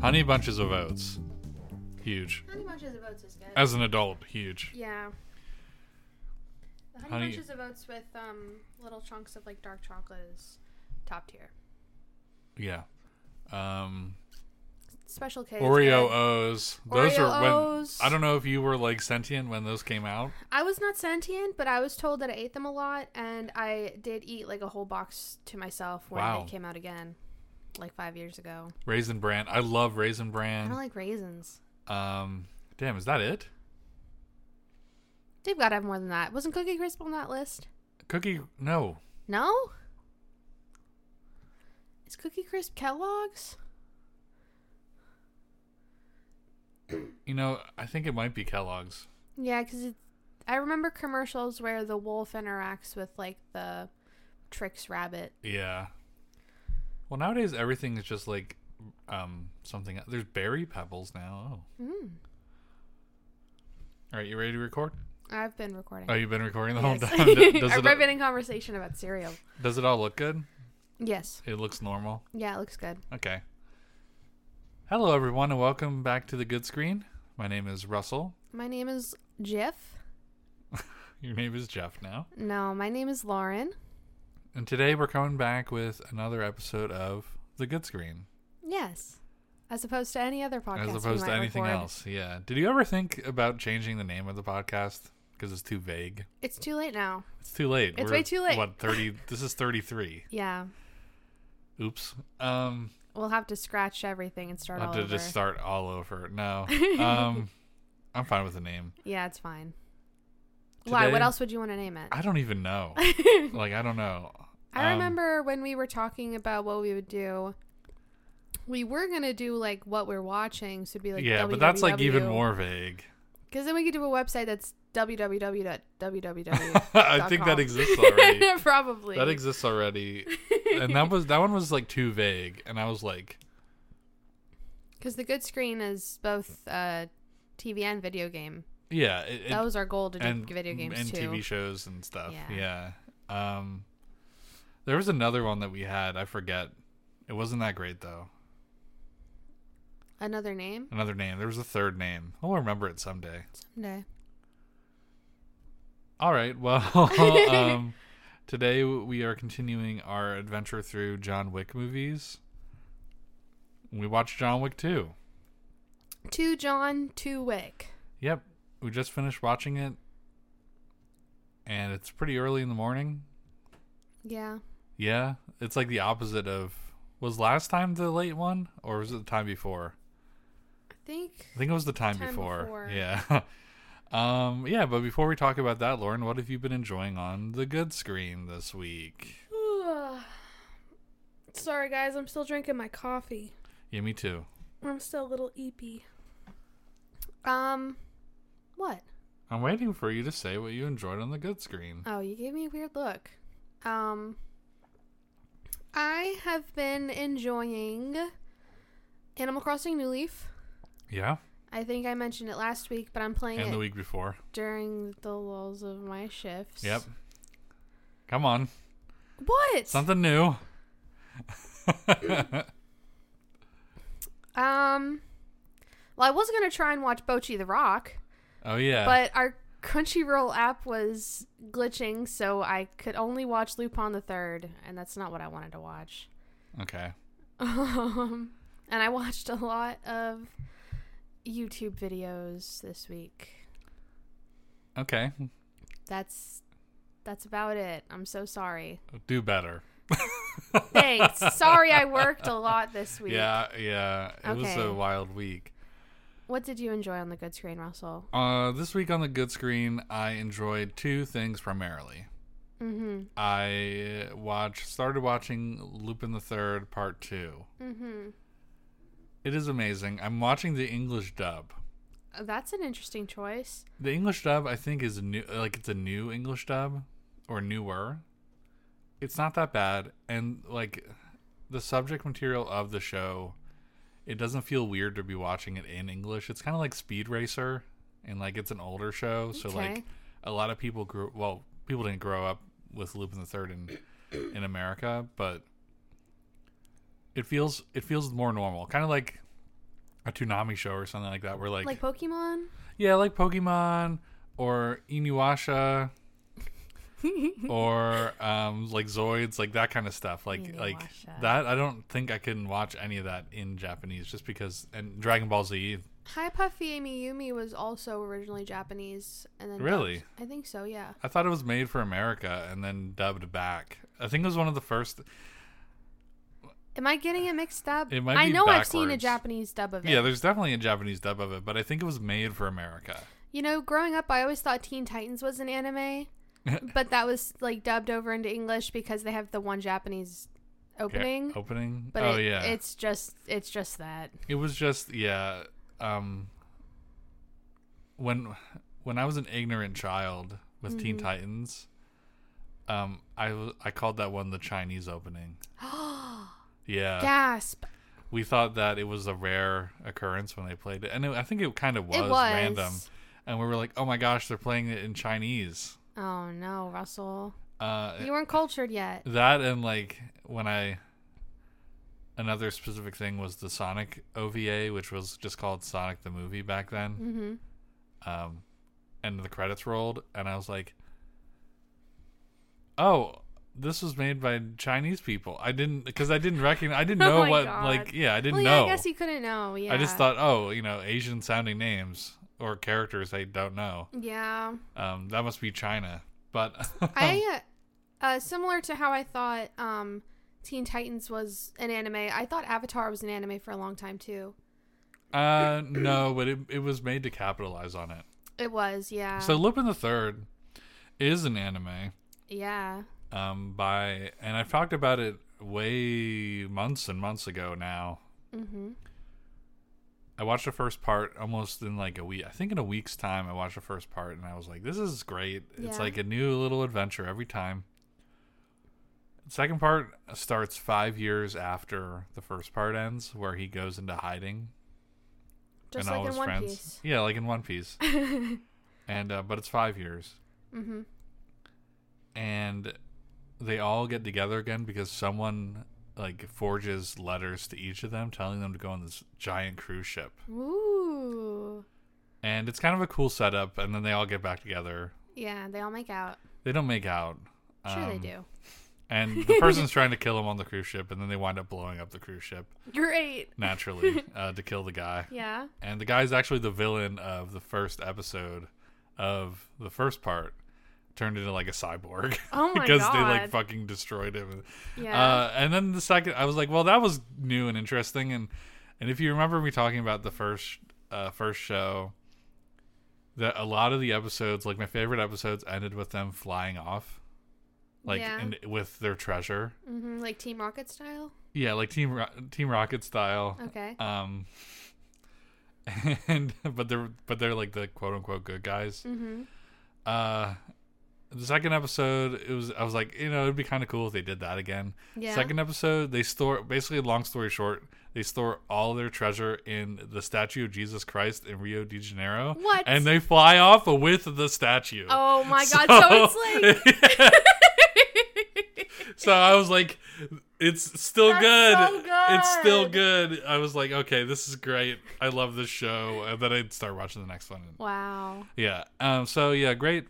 Honey Bunches of Oats. Huge. Honey Bunches of Oats is good. As an adult, huge. yeah. The honey, Honey- Bunches of Oats with um, little chunks of like dark chocolate is top tier. Yeah. Um, Special K. is Oreo good. O's. Those Oreo are when O's. I don't know if you were like sentient when those came out. I was not sentient, but I was told that I ate them a lot, and I did eat like a whole box to myself when Wow. they came out again, like five years ago. Raisin Bran. I love Raisin I don't Bran. like raisins. Um, damn, is that it? They've got to have more than that. Wasn't Cookie Crisp on that list? Cookie? No. No. Is Cookie Crisp Kellogg's? You know, I think it might be Kellogg's. Yeah, because I remember commercials where the wolf interacts with like the Trix rabbit. Yeah. Well, nowadays everything is just like um something. There's berry pebbles now. Oh. Mm. All right, you ready to record? I've been recording. Oh, you've been recording the Yes. whole time. Does, I've it, been in conversation about cereal. does it all look good? Yes. It looks normal. Yeah, it looks good. Okay. Hello, everyone, and welcome back to the Good Screen. My name is Russell. My name is Jiff. Your name is Jeff now, No, my name is Lauren. and today we're coming back with another episode of the Good Screen, Yes. As opposed to any other podcast. as we opposed to might anything record. else. Yeah. Did you ever think about changing the name of the podcast because it's too vague? It's too late now. It's too late. It's way too late. What thirty? this is thirty-three. Yeah. Oops. Um, We'll have to scratch everything and I start have all to over. just start all over. No. Um, I'm fine with the name. Yeah, it's fine. Why? What Today- else would you want to name it? I don't even know. I, like I don't know. Um, remember when we were talking about what we would do. We were gonna do like what we're watching, so it'd be like yeah, but that's like even more vague. because then we could do a website that's www.www. I think that exists already. Probably that exists already. And that was that one was like too vague, and I was like, Because the good screen is both uh, TV and video game. yeah, it, it- that was our goal to do and video games and too. TV shows and stuff. Yeah. Yeah. Um, there was another one that we had. I forget. It wasn't that great though. Another name Another name. There was a third name. I'll remember it someday. someday. All right. Well, um, today we are continuing our adventure through John Wick movies. We watched John Wick 2. Two John, two Wick. Yep. We just finished watching it. And it's pretty early in the morning. Yeah, Yeah. It's like the opposite of. Was last time the late one? Or was it the time before? I think I think it was the time, Time before. before. Yeah. um, yeah, but before we talk about that, Lauren, what have you been enjoying on the good screen this week? Sorry, guys. I'm still drinking my coffee. Yeah, me too. I'm still a little eepy. Um, what? I'm waiting for you to say what you enjoyed on the good screen. Oh, you gave me a weird look. Um, I have been enjoying Animal Crossing New Leaf. Yeah, I think I mentioned it last week, but I'm playing and it the week before. during the lulls of my shifts. Yep. Come on, What? something new. Um. Well, I was gonna try and watch Bochi the Rock, oh yeah. but our Crunchyroll app was glitching, so I could only watch Lupin the Third, and that's not what I wanted to watch. okay. Um, and I watched a lot of YouTube videos this week. Okay. That's that's about it. I'm so sorry. Do better. Thanks. sorry, I worked a lot this week. Yeah, yeah. It was Okay. a wild week. What did you enjoy on the good screen, Russell? Uh, this week on the good screen, I enjoyed two things primarily. Mm-hmm. I watched, started watching Lupin the Third Part Two. Mm-hmm. It is amazing. I'm watching the English dub. That's an interesting choice. The English dub, I think, is new. Like it's a new English dub or newer. It's not that bad, and like the subject material of the show, it doesn't feel weird to be watching it in English. It's kind of like Speed Racer, and like it's an older show, so Okay. like a lot of people grew. Well, people didn't grow up with Lupin the Third in in America, but it feels it feels more normal. Kind of like a Toonami show or something like that, where like, Like Pokemon? yeah, like Pokemon or Inuyasha or um like Zoids, like that kind of stuff. Like like Inuyasha. that, I don't think I can watch any of that in Japanese just because and Dragon Ball Z. Hi Puffy Amy Yumi was also originally Japanese and then Really? dubbed. I think so, yeah. I thought it was made for America and then dubbed back. I think it was one of the first. Am I getting it mixed up? It might I be know I've seen a backwards. Japanese dub of it. Yeah, there's definitely a Japanese dub of it, but I think it was made for America. You know, growing up I always thought Teen Titans was an anime. but that was like dubbed over into English because they have the one Japanese Yeah, opening. opening. But oh it- yeah, it's just it's just that. it was just yeah. Um, when when I was an ignorant child with Teen Titans, um, I w- I called that one the Chinese opening. Uh, Yeah, Gasp. we thought that it was a rare occurrence when they played it, and it, I think it kind of was, It was random. And we were like, "Oh my gosh, they're playing it in Chinese." Oh no, Russell. Uh, You weren't cultured yet. That and like when I another specific thing was the Sonic OVA, which was just called Sonic the Movie back then. Mm-hmm. Um, and the credits rolled, and I was like, "Oh, this was made by Chinese people." I didn't because I didn't recognize. I didn't Oh know my what God. like yeah, I didn't Well, yeah, know. I guess you couldn't know. Yeah. I just thought, oh, you know, Asian sounding names or characters I don't know. Yeah. Um, that must be China. But I uh, uh, similar to how I thought um, Teen Titans was an anime. I thought Avatar was an anime for a long time too. uh, no, but it it was made to capitalize on it. It was, yeah. So Lupin the Third is an anime yeah. um, by, and I've talked about it way months and months ago now. Mm-hmm. I watched the first part almost in like a week. I think in a week's time, I watched the first part, and I was like, "This is great! It's Yeah. like a new little adventure every time." The second part starts five years after the first part ends, where he goes into hiding Just and all like in his One friends. Piece. Yeah, like in One Piece. and uh, but it's five years. Mm-hmm. and they all get together again because someone like forges letters to each of them telling them to go on this giant cruise ship Ooh. and it's kind of a cool setup and then they all get back together Yeah, they all make out. they don't make out Sure they um, do. and the person's trying to kill him on the cruise ship and then they wind up blowing up the cruise ship Great. naturally uh, to kill the guy Yeah. and the guy's actually the villain of the first episode of the first part turned into like a cyborg Oh my because god. they like fucking destroyed him yeah. Uh, and then the second, I was like, well, that was new and interesting. And and if you remember me talking about the first uh, first show, that a lot of the episodes, like my favorite episodes, ended with them flying off, like Yeah. and with their treasure. hmm Like Team Rocket style. Yeah, like Team Ro- Team Rocket style. Okay. Um, and but they're but they're like the quote unquote good guys mm-hmm. uh the second episode it was i was like you know it'd be kind of cool if they did that again Yeah. second episode they store basically long story short they store all their treasure in the statue of jesus christ in rio de janeiro What? and they fly off with the statue Oh my god. So, it's like like so i was like it's still That's good. so good. it's still good i was like okay this is great i love this show and then i'd start watching the next one wow. yeah. Um. So yeah, great,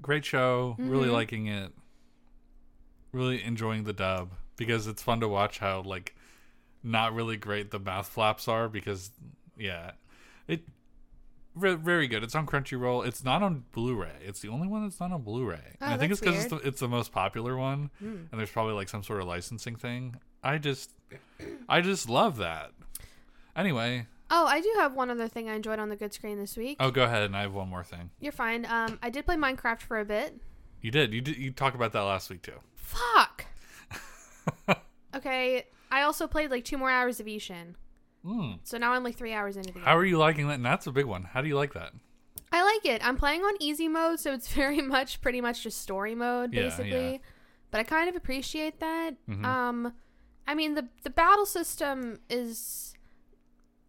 great show. Really Mm-hmm. liking it. Really enjoying the dub because it's fun to watch how like not really great the mouth flaps are because yeah, it re- very good. It's on Crunchyroll. It's not on Blu-ray. It's the only one that's not on Blu-ray. Oh, And I think it's that's Hmm. because it's, the- it's the most popular one, and there's probably like some sort of licensing thing. I just, I just love that. Anyway, Oh, I do have one other thing I enjoyed on the good screen this week. oh, go ahead, and I have one more thing. You're fine. Um, I did play Minecraft for a bit. You did. You did. You talked about that last week too. Fuck. okay. I also played like two more hours of Ishin. Mm. So now I'm like three hours into the game. How are you liking that? And that's a big one. How do you like that? I like it. I'm playing on easy mode, so it's very much pretty much just story mode Yeah, Mm-hmm. basically. yeah. But I kind of appreciate that. Um I mean the the battle system is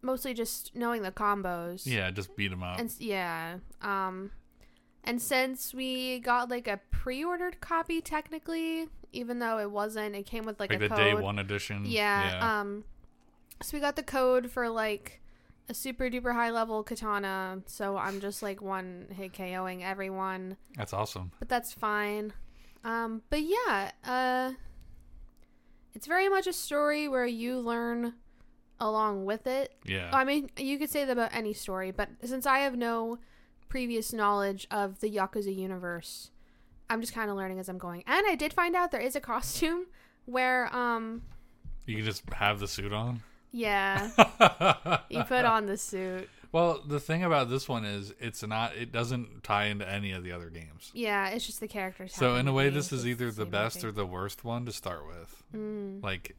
mostly just knowing the combos. Yeah, just beat them up. And s- yeah. Um and since we got like a pre-ordered copy technically, even though it wasn't, it came with like, like the a code. day one edition. Yeah, Um So we got the code for like a super duper high level katana. So I'm just like one hit KOing everyone, That's awesome. but that's fine. Um, but yeah, uh, it's very much a story where you learn along with it. Yeah. I mean, you could say that about any story, but since I have no previous knowledge of the Yakuza universe, I'm just kind of learning as I'm going. And I did find out there is a costume where, um, you can just have the suit on. yeah, you put on the suit. well, the thing about this one is it's not it doesn't tie into any of the other games. Yeah, it's just the characters. So in happen a to way be this is either the same best or thing. the worst one to start with. Mm, Like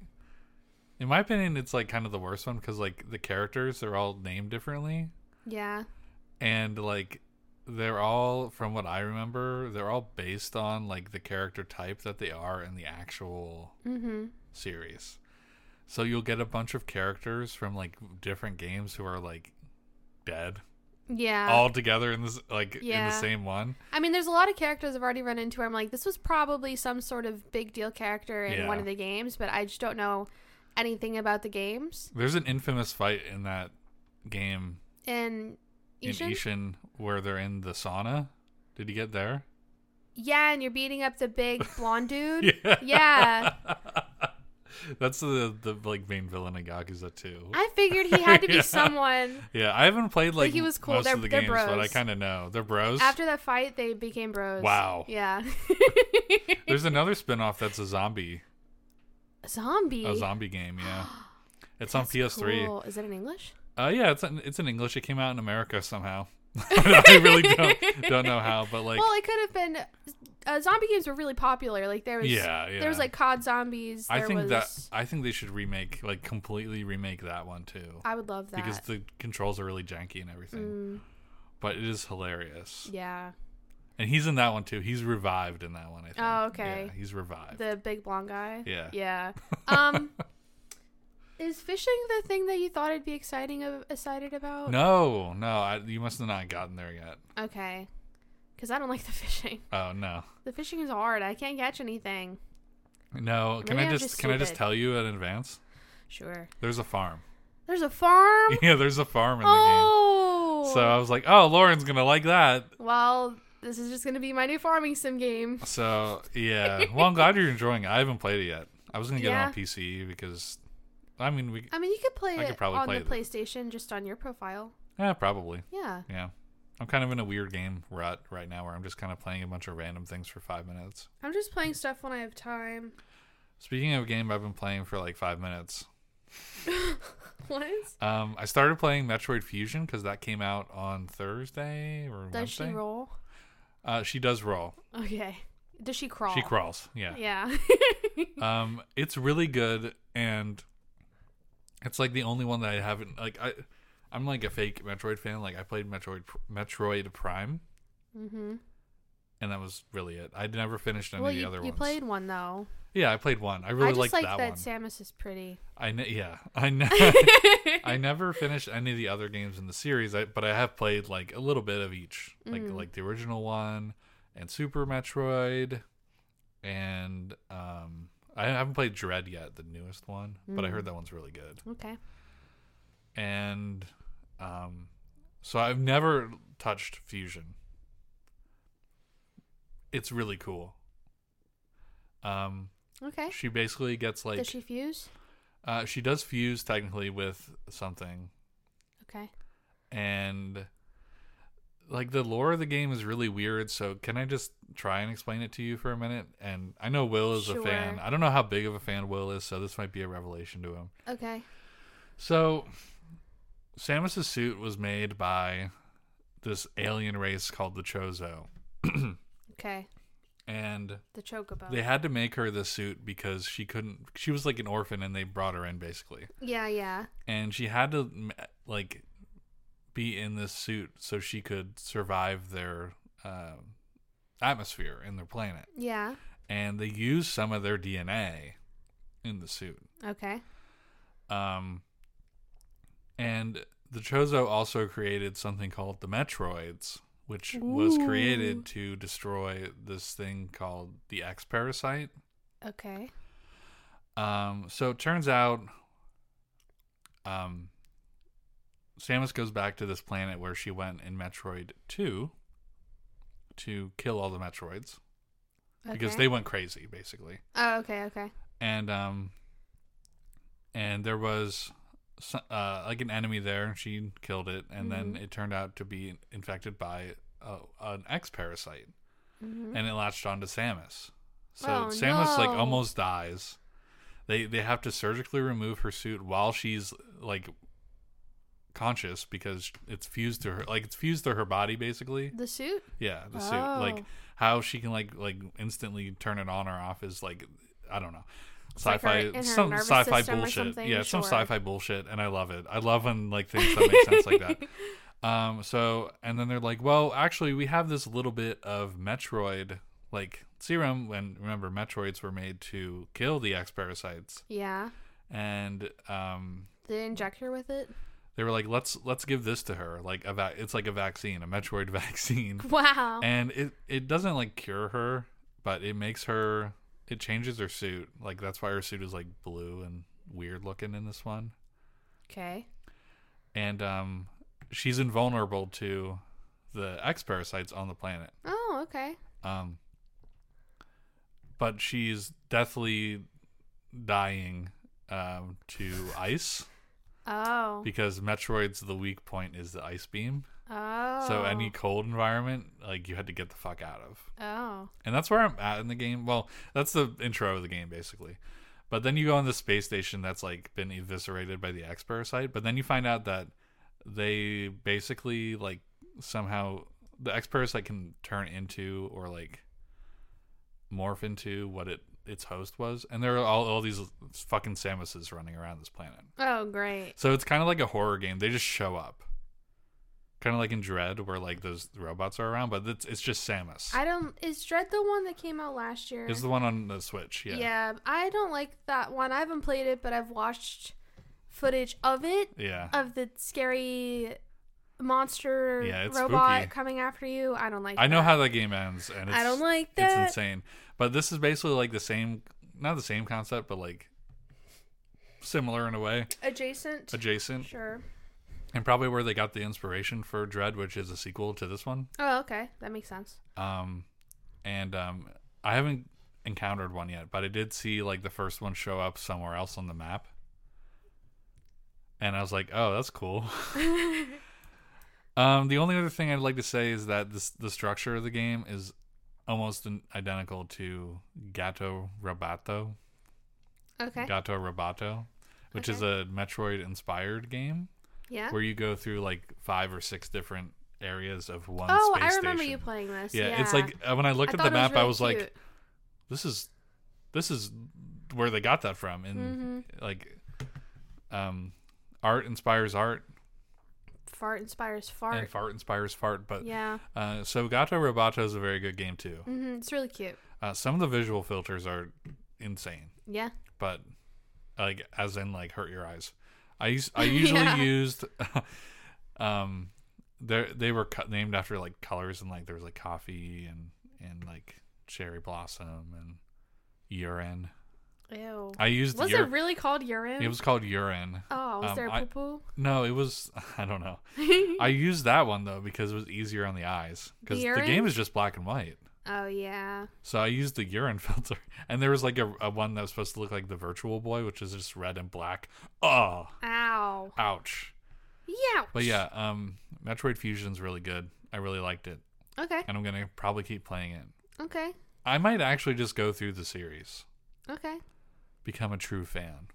in my opinion it's like kind of the worst one cuz like the characters are all named differently yeah, and like they're all from what I remember they're all based on like the character type that they are in the actual mm-hmm. series. So you'll get a bunch of characters from like different games who are like dead yeah. all together in this like in Uh, Yeah. the same one. I mean, there's a lot of characters I've already run into. Where I'm like, this was probably some sort of big deal character in Yeah. one of the games, but I just don't know anything about the games. There's an infamous fight in that game And Ishin? in Ishin where they're in the sauna. Did you get there? Yeah, and you're beating up the big blonde dude. Yeah. yeah. That's the the like main villain in Yakuza too. I figured he had to be Yeah. someone. yeah, I haven't played like he was cool. most They're- of the they're games, but I bros. kind of know they're bros. After that fight, they became bros. Wow. Yeah. There's another spin-off that's a zombie, zombie. a zombie game. Yeah, it's on That's PS3. cool. Is it in English? Uh, yeah, it's in, it's in English. It came out in America somehow. I really don't don't know how, but like, well, it could have been. Uh, zombie games were really popular. Like there was. yeah, yeah. There was like COD zombies. I there think was, that I think they should remake like completely remake that one too I would love that. because the controls are really janky and everything. Mm, But it is hilarious, yeah. and he's in that one too. He's revived in that one. I think. Oh, okay. Yeah, he's revived. The big blonde guy. yeah. Yeah. Um. Is fishing the thing that you thought I'd be exciting of, excited about? No, no, I, you must have not gotten there yet. Okay. Because I don't like the fishing. Oh no, The fishing is hard. I can't catch anything. no. Can Maybe I I'm just, just can I just stupid. tell you in advance? Sure. There's a farm. There's a farm. yeah, there's a farm in the game. oh. So I was like, oh, Lauren's gonna like that. Well, this is just gonna be my new farming sim game. So yeah. Well, I'm glad you're enjoying it. I haven't played it yet. I was gonna get it Yeah. on PC because, I mean, we I mean, you could play I could it probably on play the PlayStation just on your profile. yeah probably Yeah. yeah. I'm kind of in a weird game rut right now where I'm just kind of playing a bunch of random things for five minutes. I'm just playing stuff when I have time. Speaking of a game I've been playing for like five minutes, What? um, I started playing Metroid Fusion because that came out on Thursday or Does she Wednesday. roll? Uh, she does roll. Okay. Does she crawl? She crawls. Yeah. Yeah. um it's really good and it's like the only one that i haven't like i i'm like a fake metroid fan like i played metroid metroid prime hmm and that was really it i never finished any Well, of the you, other you ones played one though. yeah i played one i really I just liked like that, that, one Samus is pretty. i ne- yeah i ne- i never finished any of the other games in the series I, but i have played like a little bit of each like Mm. like the original one and super metroid and um i haven't played dread yet the newest one but i Mm. heard that one's really good Okay. and um, so I've never touched Fusion. It's really cool. Um, Okay. she basically gets like Does she-, she fuse? uh, she does fuse technically with something, Okay. and like the lore of the game is really weird. So can I just try and explain it to you for a minute? And I know Will is a Sure. fan. I don't know how big of a fan Will is, so this might be a revelation to him. Okay. So, Samus's suit was made by this alien race called the Chozo, Okay. and The chocobo. they had to make her this suit because she couldn't. She was like an orphan, and they brought her in basically, yeah, yeah. and she had to m- like be in this suit so she could survive their um atmosphere in their planet. Yeah. And they used some of their DNA in the suit. Okay. Um, and the Chozo also created something called the Metroids, which was Ooh. created to destroy this thing called the X Parasite. Okay. Um, so it turns out Um, Samus goes back to this planet where she went in Metroid 2 to kill all the Metroids because Okay. they went crazy, basically. Oh, okay, okay. And um, and there was so- uh, like an enemy there. and She killed it, and then it turned out to be infected by uh, an ex parasite, Mhm. and it latched onto Samus. So Oh, Samus like no. almost dies. They they have to surgically remove her suit while she's like conscious because it's fused to her like it's fused to her body basically. The suit? Yeah, the suit. Like Oh. how she can like like instantly turn it on or off is like I don't know. like her- Sci-fi, in her some nervous sci-fi system or bullshit. something, Yeah, some sure. sci-fi bullshit, and I love it. I love when like things that make sense like that. Um, so and then they're like, well, actually, we have this little bit of Metroid like serum, and remember, Metroids were made to kill the ex parasites, Yeah. and um, They inject her with it? they were like, let's let's give this to her, like a va- it's like a vaccine, a Metroid vaccine, Wow. and it it doesn't like cure her, but it makes her it changes her suit, like that's why her suit is like blue and weird looking in this one, okay. and um, she's invulnerable to the ex parasites on the planet. Oh, okay. Um, but she's deathly dying um, to ice Oh. because Metroid's the weak point is the ice beam. oh. So any cold environment, like you had to get the fuck out of. Oh. And that's where I'm at in the game. Well, that's the intro of the game basically. But then you go on the space station that's like been eviscerated by the X parasite. But then you find out that they basically like somehow the X parasite can turn into or like morph into what it its host was. And there are all, all these fucking Samuses running around this planet. Oh, great. So it's kind of like a horror game. They just show up. Kind of like in Dread, where like those robots are around, but it's, it's just Samus. I don't. Is Dread the one that came out last year? Is the one on the Switch? Yeah. yeah. I don't like that one. I haven't played it, but I've watched footage of it Yeah. of the scary monster Yeah, it's robot spooky. coming after you. I don't like. I know that. how that game ends, and it's, I don't like it's that. insane. But this is basically like the same, not the same concept, but like similar in a way, Adjacent. adjacent, sure. and probably where they got the inspiration for Dread, which is a sequel to this one. Oh, okay. That makes sense. Um, and um, I haven't encountered one yet, but I did see like the first one show up somewhere else on the map, and I was like, "Oh, that's cool." um, the only other thing I'd like to say is that this the structure of the game is almost an- identical to Gato Robato, Okay. Gato Robato, which is a Metroid-inspired game yeah. where you go through like five or six different areas of one. Oh, space I remember station. you playing this. Yeah, Yeah, it's like uh, when I I looked at thought the it map, I really was like, cute. "This is, this is where they got that from." Mm-hmm. And like, um, art inspires art, fart inspires fart. and fart inspires fart. But yeah, uh, so Gato Robato is a very good game too. hmm it's really cute. Uh, some of the visual filters are insane, Yeah. but like as in like hurt your eyes. I us- I usually Yeah. used, um, they they were co- named after like colors and like there was like coffee and and like cherry blossom and urine. Ew. I used was ur- it really called urine? it was called urine. oh, was um, there I- a poo No, it was I don't know. poo? I used that one though because it was easier on the eyes because The the, urine? game is just black and white. oh yeah. So I used the urine filter, and there was like a, a one that was supposed to look like the Virtual Boy, which is just red and black. Oh, Ow. ouch! Yeah. But yeah, um, Metroid Fusion's really good. I really liked it, Okay. and I'm gonna probably keep playing it. Okay. I might actually just go through the series. Okay. become a true fan.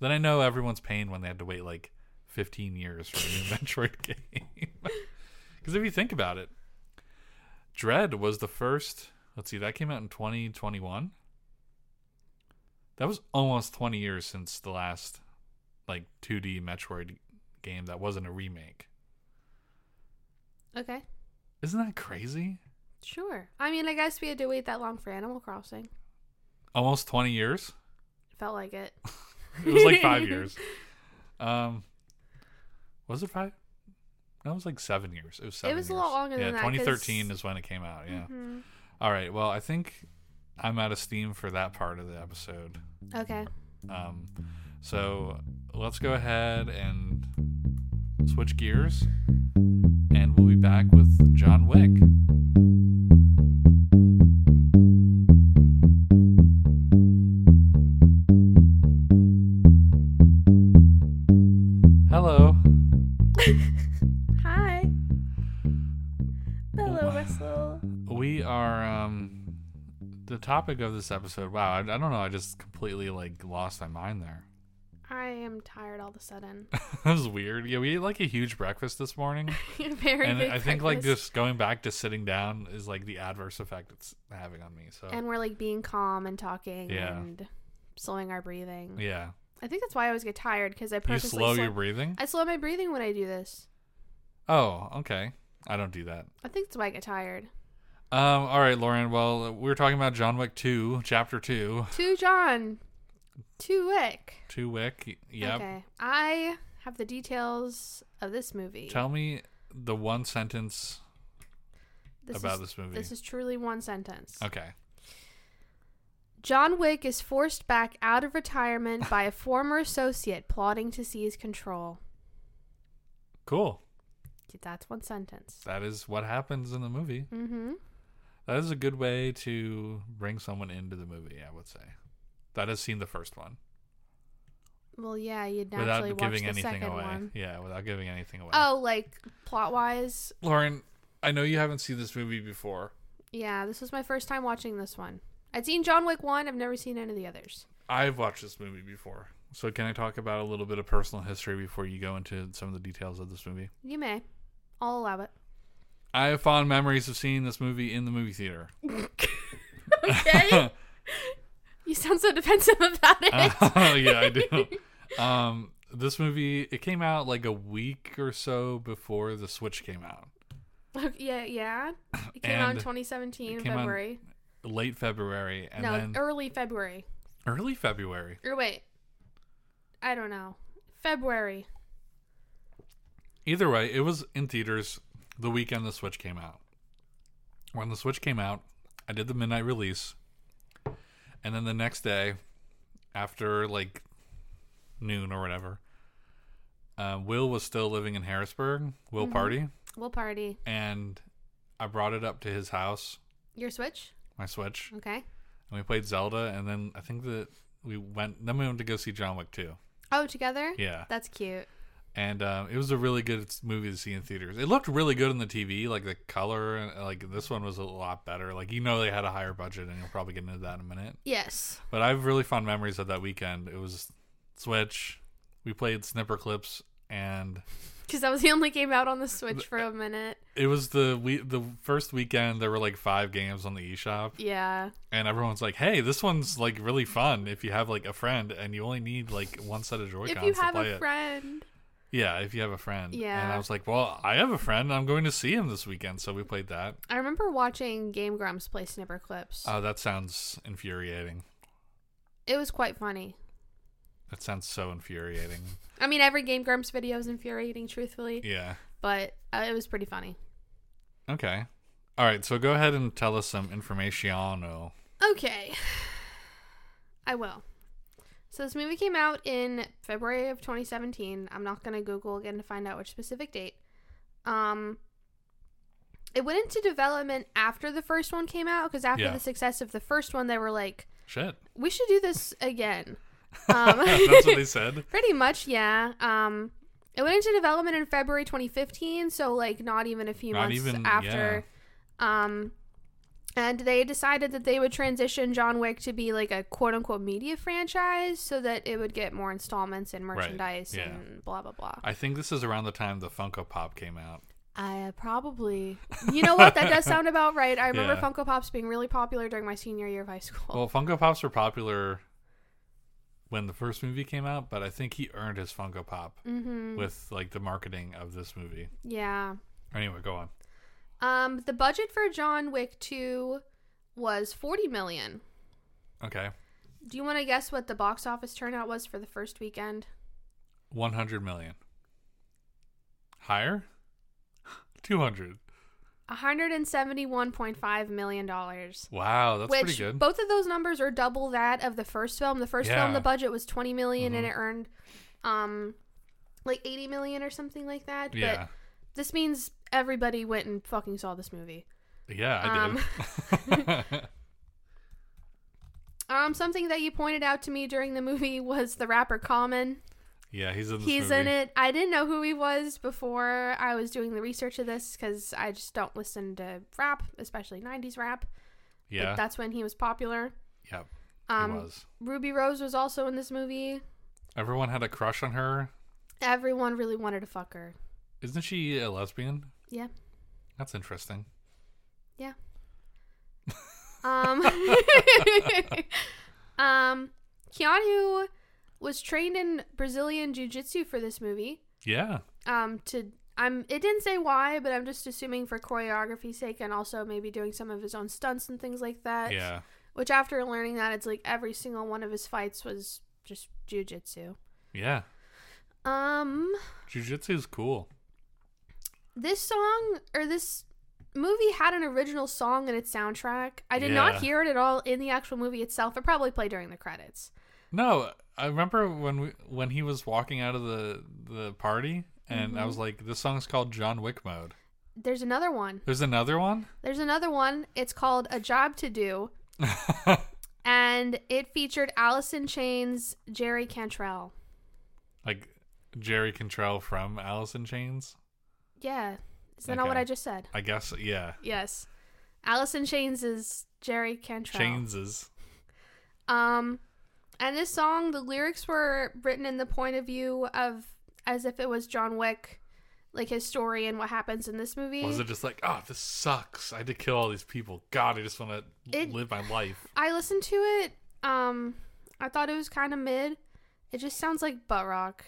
Then I know everyone's pain when they had to wait like 15 years for a new Metroid game. Because if you think about it, Dread was the first. Let's see, that came out in 2021. That was almost 20 years since the last like 2D Metroid game that wasn't a remake. Okay. Isn't that crazy? Sure. I mean, I guess we had to wait that long for Animal Crossing. Almost 20 years. Felt like it. It was like five years. Um, was it five? No, it was like seven years. It was seven. was a years. lot longer yeah, than that, 2013 'cause- is when it came out. Yeah. Mhm. All right. Well, I think I'm out of steam for that part of the episode. Okay. Um, So let's go ahead and switch gears, and we'll be back with John Wick. Hello. Hi. Hello, Hello, Russell. We are um the topic of this episode. Wow, I, I don't know. I just completely like lost my mind there. I am tired all of a sudden. that was weird. Yeah, we ate like a huge breakfast this morning, Very and I big think like breakfast. just going back to sitting down is like the adverse effect it's having on me. So And we're like being calm and talking uh, Yeah. and slowing our breathing. yeah, I think that's why I always get tired because I you purposely slow slow- your breathing. I slow my breathing when I do this. Oh, okay. I don't do that. I think that's why I get tired. Um, all right, Lauren. Well, we were talking about John Wick Two, Chapter Two, Two John. Two Wick. Two Wick. Yep. Okay. I have the details of this movie. Tell me the one sentence this about is, this movie. This is truly one sentence. Okay. John Wick is forced back out of retirement by a former associate plotting to seize control. Cool. That's one sentence. That is what happens in the movie. Mm-hmm. That is a good way to bring someone into the movie, I would say. That has seen the first one Well, yeah, you'd without naturally watch giving the anything second away. one. Yeah, without giving anything away. Oh, like plot wise, Lauren, I know you haven't seen this movie before. yeah. This was my first time watching this one. I'd seen John Wick one. I've never seen any of the others. I've watched this movie before. So can I talk about a little bit of personal history before you go into some of the details of this movie? You may. I'll allow it. I have fond memories of seeing this movie in the movie theater. okay. You sound so defensive about it. Oh yeah, I do. Um, this movie it came out like a week or so before the Switch came out, yeah, yeah. It came out in And 2017, it came out- February. late February, and no, then early February. early February. Or wait, I don't know. February. Either way, it was in theaters the weekend the Switch came out. When the Switch came out, I did the midnight release, and then the next day, after like noon or whatever, uh, Will was still living in Harrisburg. Will Party, We'll party. and I brought it up to his house. Your Switch? My Switch. Okay. and we played Zelda, and then I think that we went. Then we went to go see John Wick too. Oh, together? Yeah, That's cute. and um, it was a really good s- movie to see in theaters. It looked really good on the TV, like the color, and uh, like this one was a lot better. Like you know they had a higher budget, and you'll probably get into that in a minute. Yes. But I have really fond memories of that weekend. It was Switch. We played Snipper Clips, and Because that was the only game out on the Switch for a minute. it was the we the first weekend. There were like five games on the eShop, Yeah. and everyone's like, "Hey, this one's like really fun if you have like a friend and you only need like one set of Joy-Cons if you to have play a it." friend. Yeah, if you have a friend. And Yeah. I was like, "Well, I have a friend. I'm going to see him this weekend." So we played that. I remember watching Game Grumps play Snipper Clips. Oh, that sounds infuriating. it was quite funny. That sounds so infuriating. I mean, every Game Grumps video is infuriating, truthfully, Yeah. but uh, it was pretty funny. Okay. All right, so go ahead and tell us some information. Okay. I will. So this movie came out in February of 2017. I'm not going to Google again to find out which specific date. Um it went into development after the first one came out because after Yeah. the success of the first one they were like, Shit. we should do this again. Um That's what they said. Pretty much, yeah. Um, it went into development in February 2015, so like not even a few Not months even- after. Um, and they decided that they would transition John Wick to be like a quote unquote media franchise, so that it would get more installments and merchandise yeah. and blah blah blah. I think this is around the time the Funko Pop came out. I uh, probably, you know what, that does sound about right. I remember Yeah. Funko Pops being really popular during my senior year of high school. Well, Funko Pops were popular when the first movie came out, but I think he earned his Funko Pop mm-hmm. with like the marketing of this movie. Yeah. Anyway, go on. Um, the budget for John Wick 2 was 40 million. Okay. Do you want to guess what the box office turnout was for the first weekend? 100 million. Higher? 200. 171.5 million dollars. Wow, that's Which pretty good. both of those numbers are double that of the first film. The first film, Yeah. Mm-hmm. the budget was 20 million and it earned, um, like 80 million or something like that. yeah. But this means everybody went and fucking saw this movie. Yeah, I did. Um, something that you pointed out to me during the movie was the rapper Common. yeah, he's in this He's movie. in it. I didn't know who he was before I was doing the research of this because I just don't listen to rap, especially 90s rap. Yeah. But that's when he was popular. yep. Um, he was. Ruby Rose was also in this movie. Everyone had a crush on her. Everyone really wanted to fuck her. Isn't she a lesbian? Yeah. That's interesting. Um, um, Keanu was trained in Brazilian Jiu Jitsu for this movie. Yeah. Um, to I'm it didn't say why, but I'm just assuming for choreography's sake and also maybe doing some of his own stunts and things like that. yeah. Which after learning that, it's like every single one of his fights was just jujitsu. Yeah. Um, Jiu-jitsu is cool. this song or this movie had an original song in its soundtrack. I did not Yeah. hear it at all in the actual movie itself. It probably played during the credits. No, I remember when we when he was walking out of the the party and Mm-hmm. I was like this song's called John Wick mode. There's another one. There's another one? There's another one. It's called A Job to Do, and it featured Allison Chains, Jerry Cantrell. like Jerry Cantrell from Alice in Chains? Yeah, is that not what Okay. I just said? I guess yeah. Yes, Allison Chains is Jerry Cantrell. Chains is Um, and this song, the lyrics were written in the point of view of as if it was John Wick, like his story and what happens in this movie. was it just like, oh, this sucks. I had to kill all these people. God, I just want to It- live my life. I listened to it. Um, I thought it was kind of mid. It just sounds like butt rock.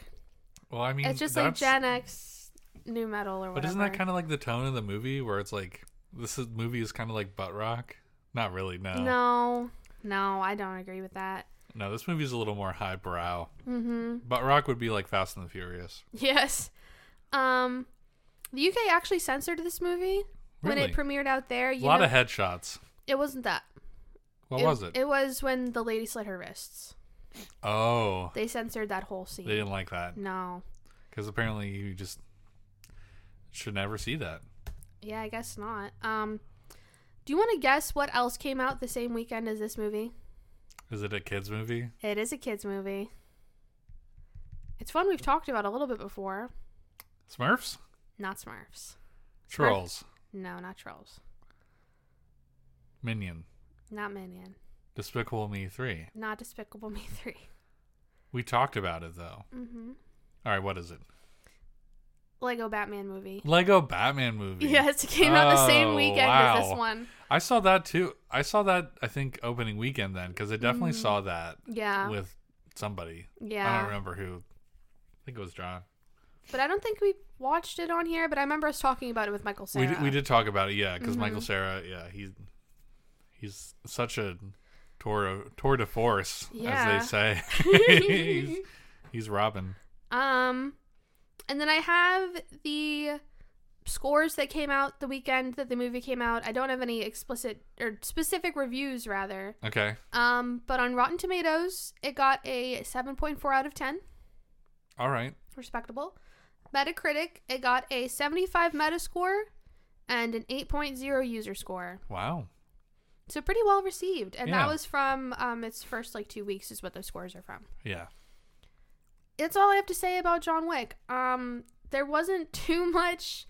Well, I mean, It's just like that's- Gen X new metal or whatever. But isn't that kind of like the tone of the movie where it's like this is, movie is kind of like butt rock? Not really, no. No, no, I don't agree with that. No, this movie's a little more highbrow. Mm-hmm. Butt rock would be like Fast and the Furious. Yes. Um, the UK actually censored this movie when Really? it premiered out there. A You lot know, of headshots. it wasn't that. What was it? It was when the lady slit her wrists. Oh, They censored that whole scene. they didn't like that No. because apparently you just should never see that. Yeah, I guess not. Um, do you want to guess what else came out the same weekend as this movie? Is it a kids movie? It is a kids movie. It's one we've talked about a little bit before. Smurfs? Not Smurfs. Trolls? No, not Trolls. Minion? Not Minion. Despicable Me three? Not Despicable Me three. We talked about it though. Mm-hmm. All right, what is it? Lego Batman movie. Lego Batman movie. Yes, it came out the same Oh, weekend as wow. this one. I saw that too. I saw that I think opening weekend then because I definitely saw that Yeah. with somebody. I Mm. Ah. yeah. don't remember who. I think it was John. but I don't think we watched it on here, but I remember us talking about it with Michael Sarah. Mm-hmm. We did, we did talk about it, yeah, because Michael Sarah, yeah, he's he's such a tour of, tour de force, Yeah. as they say. he's, he's Robin. Um, and then I have the scores that came out the weekend that the movie came out. I don't have any explicit or specific reviews, rather. Okay, Um, but on Rotten Tomatoes, it got a 7.4 out of 10, all right. respectable. Metacritic, it got a 75 Metascore and an 8.0 user score. Wow. So pretty well received. And Yeah. that was from um, its first like two weeks, is what those scores are from. Yeah. it's all I have to say about John Wick. Um, there wasn't too much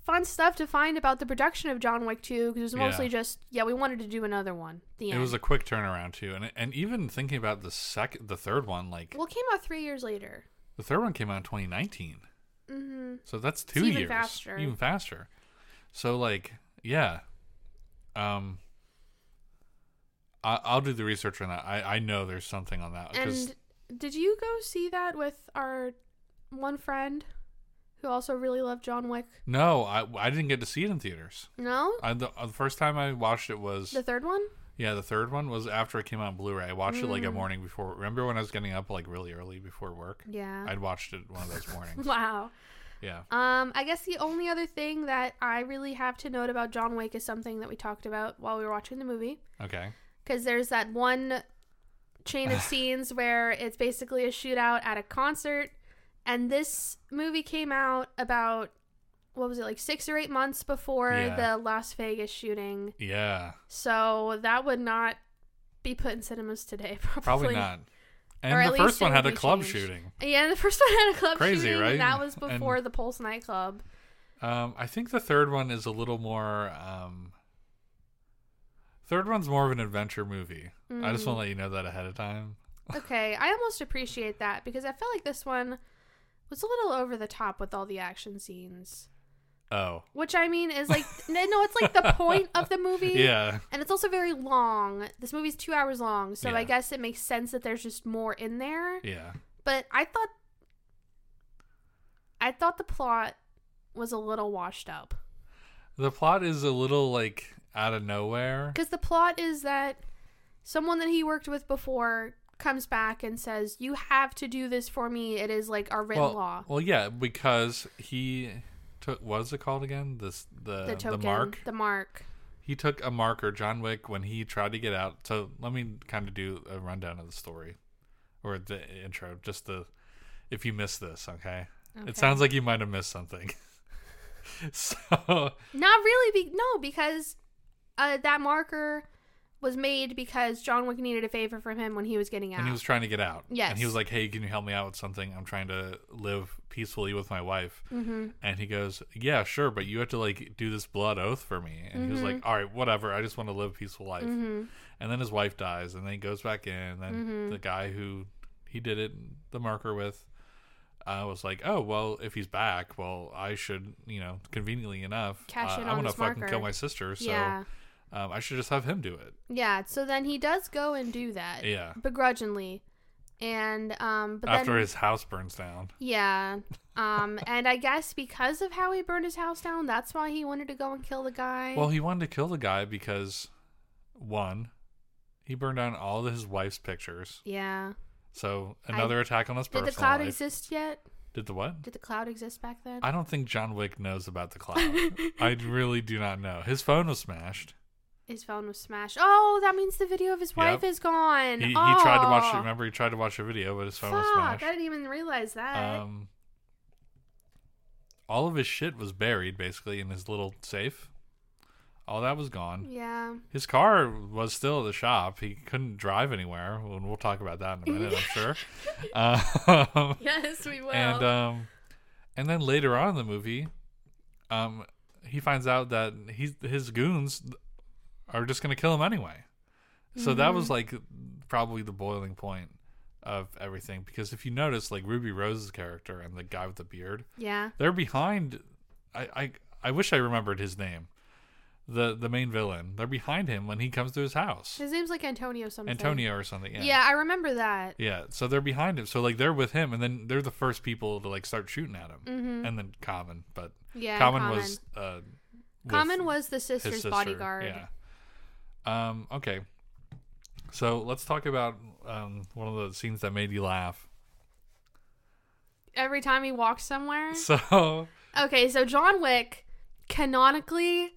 fun stuff to find about the production of John Wick 2 because it was Yeah. mostly just yeah, we wanted to do another one. The It end. was a quick turnaround too, and and even thinking about the second, the third one, like well, it came out three years later. the third one came out in 2019, Mm-hmm. so that's It's two even years, faster. even faster. So like, yeah, um, I, I'll do the research on that. I I know there's something on that because And did you go see that with our one friend who also really loved John Wick? no, I I didn't get to see it in theaters. No, I, the, uh, the first time I watched it was the third one. yeah, the third one was after it came out on Blu-ray. I watched it like a Mm. morning before. Remember when I was getting up like really early before work? Yeah. I'd watched it one of those mornings. Wow. Yeah. Um, I guess the only other thing that I really have to note about John Wick is something that we talked about while we were watching the movie. Okay. Because there's that one chain of scenes where it's basically a shootout at a concert. And this movie came out about, what was it, like six or eight months before Yeah. the Las Vegas shooting. Yeah. So that would not be put in cinemas today, probably. Probably not. Or And at the least first it one would had a be club changed. shooting. Yeah, the first one had a club Crazy, shooting, right? and that was And- before the Pulse nightclub. Um, I think the third one is a little more. Um, third one's more of an adventure movie. I Hmm. just want to let you know that ahead of time. Okay, I almost appreciate that because I felt like this one was a little over the top with all the action scenes. Oh, Which I mean is like, no, no, it's like the point of the movie. yeah, And it's also very long. This movie's two hours long, so I Yeah. guess it makes sense that there's just more in there. yeah. But I thought, I thought the plot was a little washed up. The plot is a little like out of nowhere. Because the plot is that someone that he worked with before comes back and says, You have to do this for me. It is like our written Well, law. well, yeah, because he took what is it called again? This uh, the The the, token. mark. The mark. He took a marker, John Wick, when he tried to get out. So let me kind of do a rundown of the story, or the intro, just the if you missed this, okay? Okay. It sounds like you might have missed something. so Not really. Be- no, because uh, that marker was made because John Wick needed a favor from him when he was getting out. and he was trying to get out. And Yes. he was like, "Hey, can you help me out with something? I'm trying to live peacefully with my wife." mm-hmm. And he goes, "Yeah, sure, but you have to like do this blood oath for me." And he was like, "All right, whatever. I just want to live a peaceful life." Mm-hmm. And then his wife dies, and then he goes back in. And then Mhm. the guy who he did it, the marker with, uh, was like, "Oh, well, if he's back, well, I should, you know, conveniently enough, Cash uh, in I on wanna this fucking marker." kill my sister, so Yeah. um, I should just have him do it." Yeah. So then he does go and do that Yeah. begrudgingly. And, um, Uh, but After then, his house burns down. Yeah. Um, and I guess because of how he burned his house down, that's why he wanted to go and kill the guy. Well, he wanted to kill the guy because one, he burned down all of his wife's pictures. yeah. So I- another attack on his Did personal the cloud life. exist yet? Did the what? Did the cloud exist back then? I don't think John Wick knows about the cloud. I really do not know. His phone was smashed. his phone was smashed. Oh, that means the video of his wife Yep. is gone. He, he tried to watch. Oh. Remember, he tried to watch a video, but his phone Fuck! was I smashed. didn't even realize that. Um, all of his shit was buried basically in his little safe. All that was Mm. gone. yeah. His car was still at the shop. He couldn't drive anywhere, and we'll talk about that in a minute, I'm sure. Um, Yes, we will. and um, and then later on in the movie, um, he finds out that he's his goons are just gonna kill him anyway. So that was like probably the boiling point of everything because if you notice, like Ruby Rose's character and the guy with the beard, yeah. they're behind. I, I I wish I remembered his name. The the main villain. They're behind him when he comes to his house. His name's like Antonio something. Antonio or something. Yeah. Yeah. I remember that. Yeah. So they're behind him. So like they're with him, and then they're the first people to like start shooting at him. Mhm. And then Common, but Yeah. Common, was uh, with Common was the his sister's sister. bodyguard. Yeah. Um. Okay. So let's talk about um, one of the scenes that made you laugh. Every time he walks somewhere. So Okay, so John Wick canonically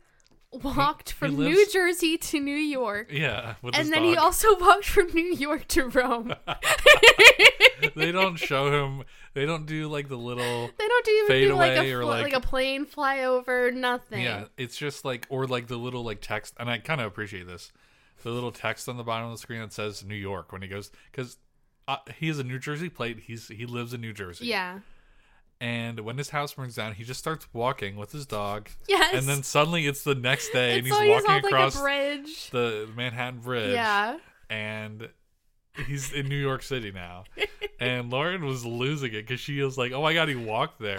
walked he from lives- New Jersey to New York. yeah, with his And then he dog. also walked from New York to Rome. they don't show him. They don't do like the little. They don't even Fade do like a, away or fl- like- like a plane flyover, nothing. Yeah, it's just like or like the little like text, and I kind of appreciate this. The little text on the bottom of the screen that says New York when he goes because uh, he has a New Jersey plate. He's he lives in New Jersey. Yeah. And when his house burns down, he just starts walking with his dog. Yes. And then suddenly it's the next day, and he's it's always walking on like across a bridge. the Manhattan Bridge. Yeah. And he's in New York City now. and Lauren was losing it because she was like, "Oh my god, he walked there."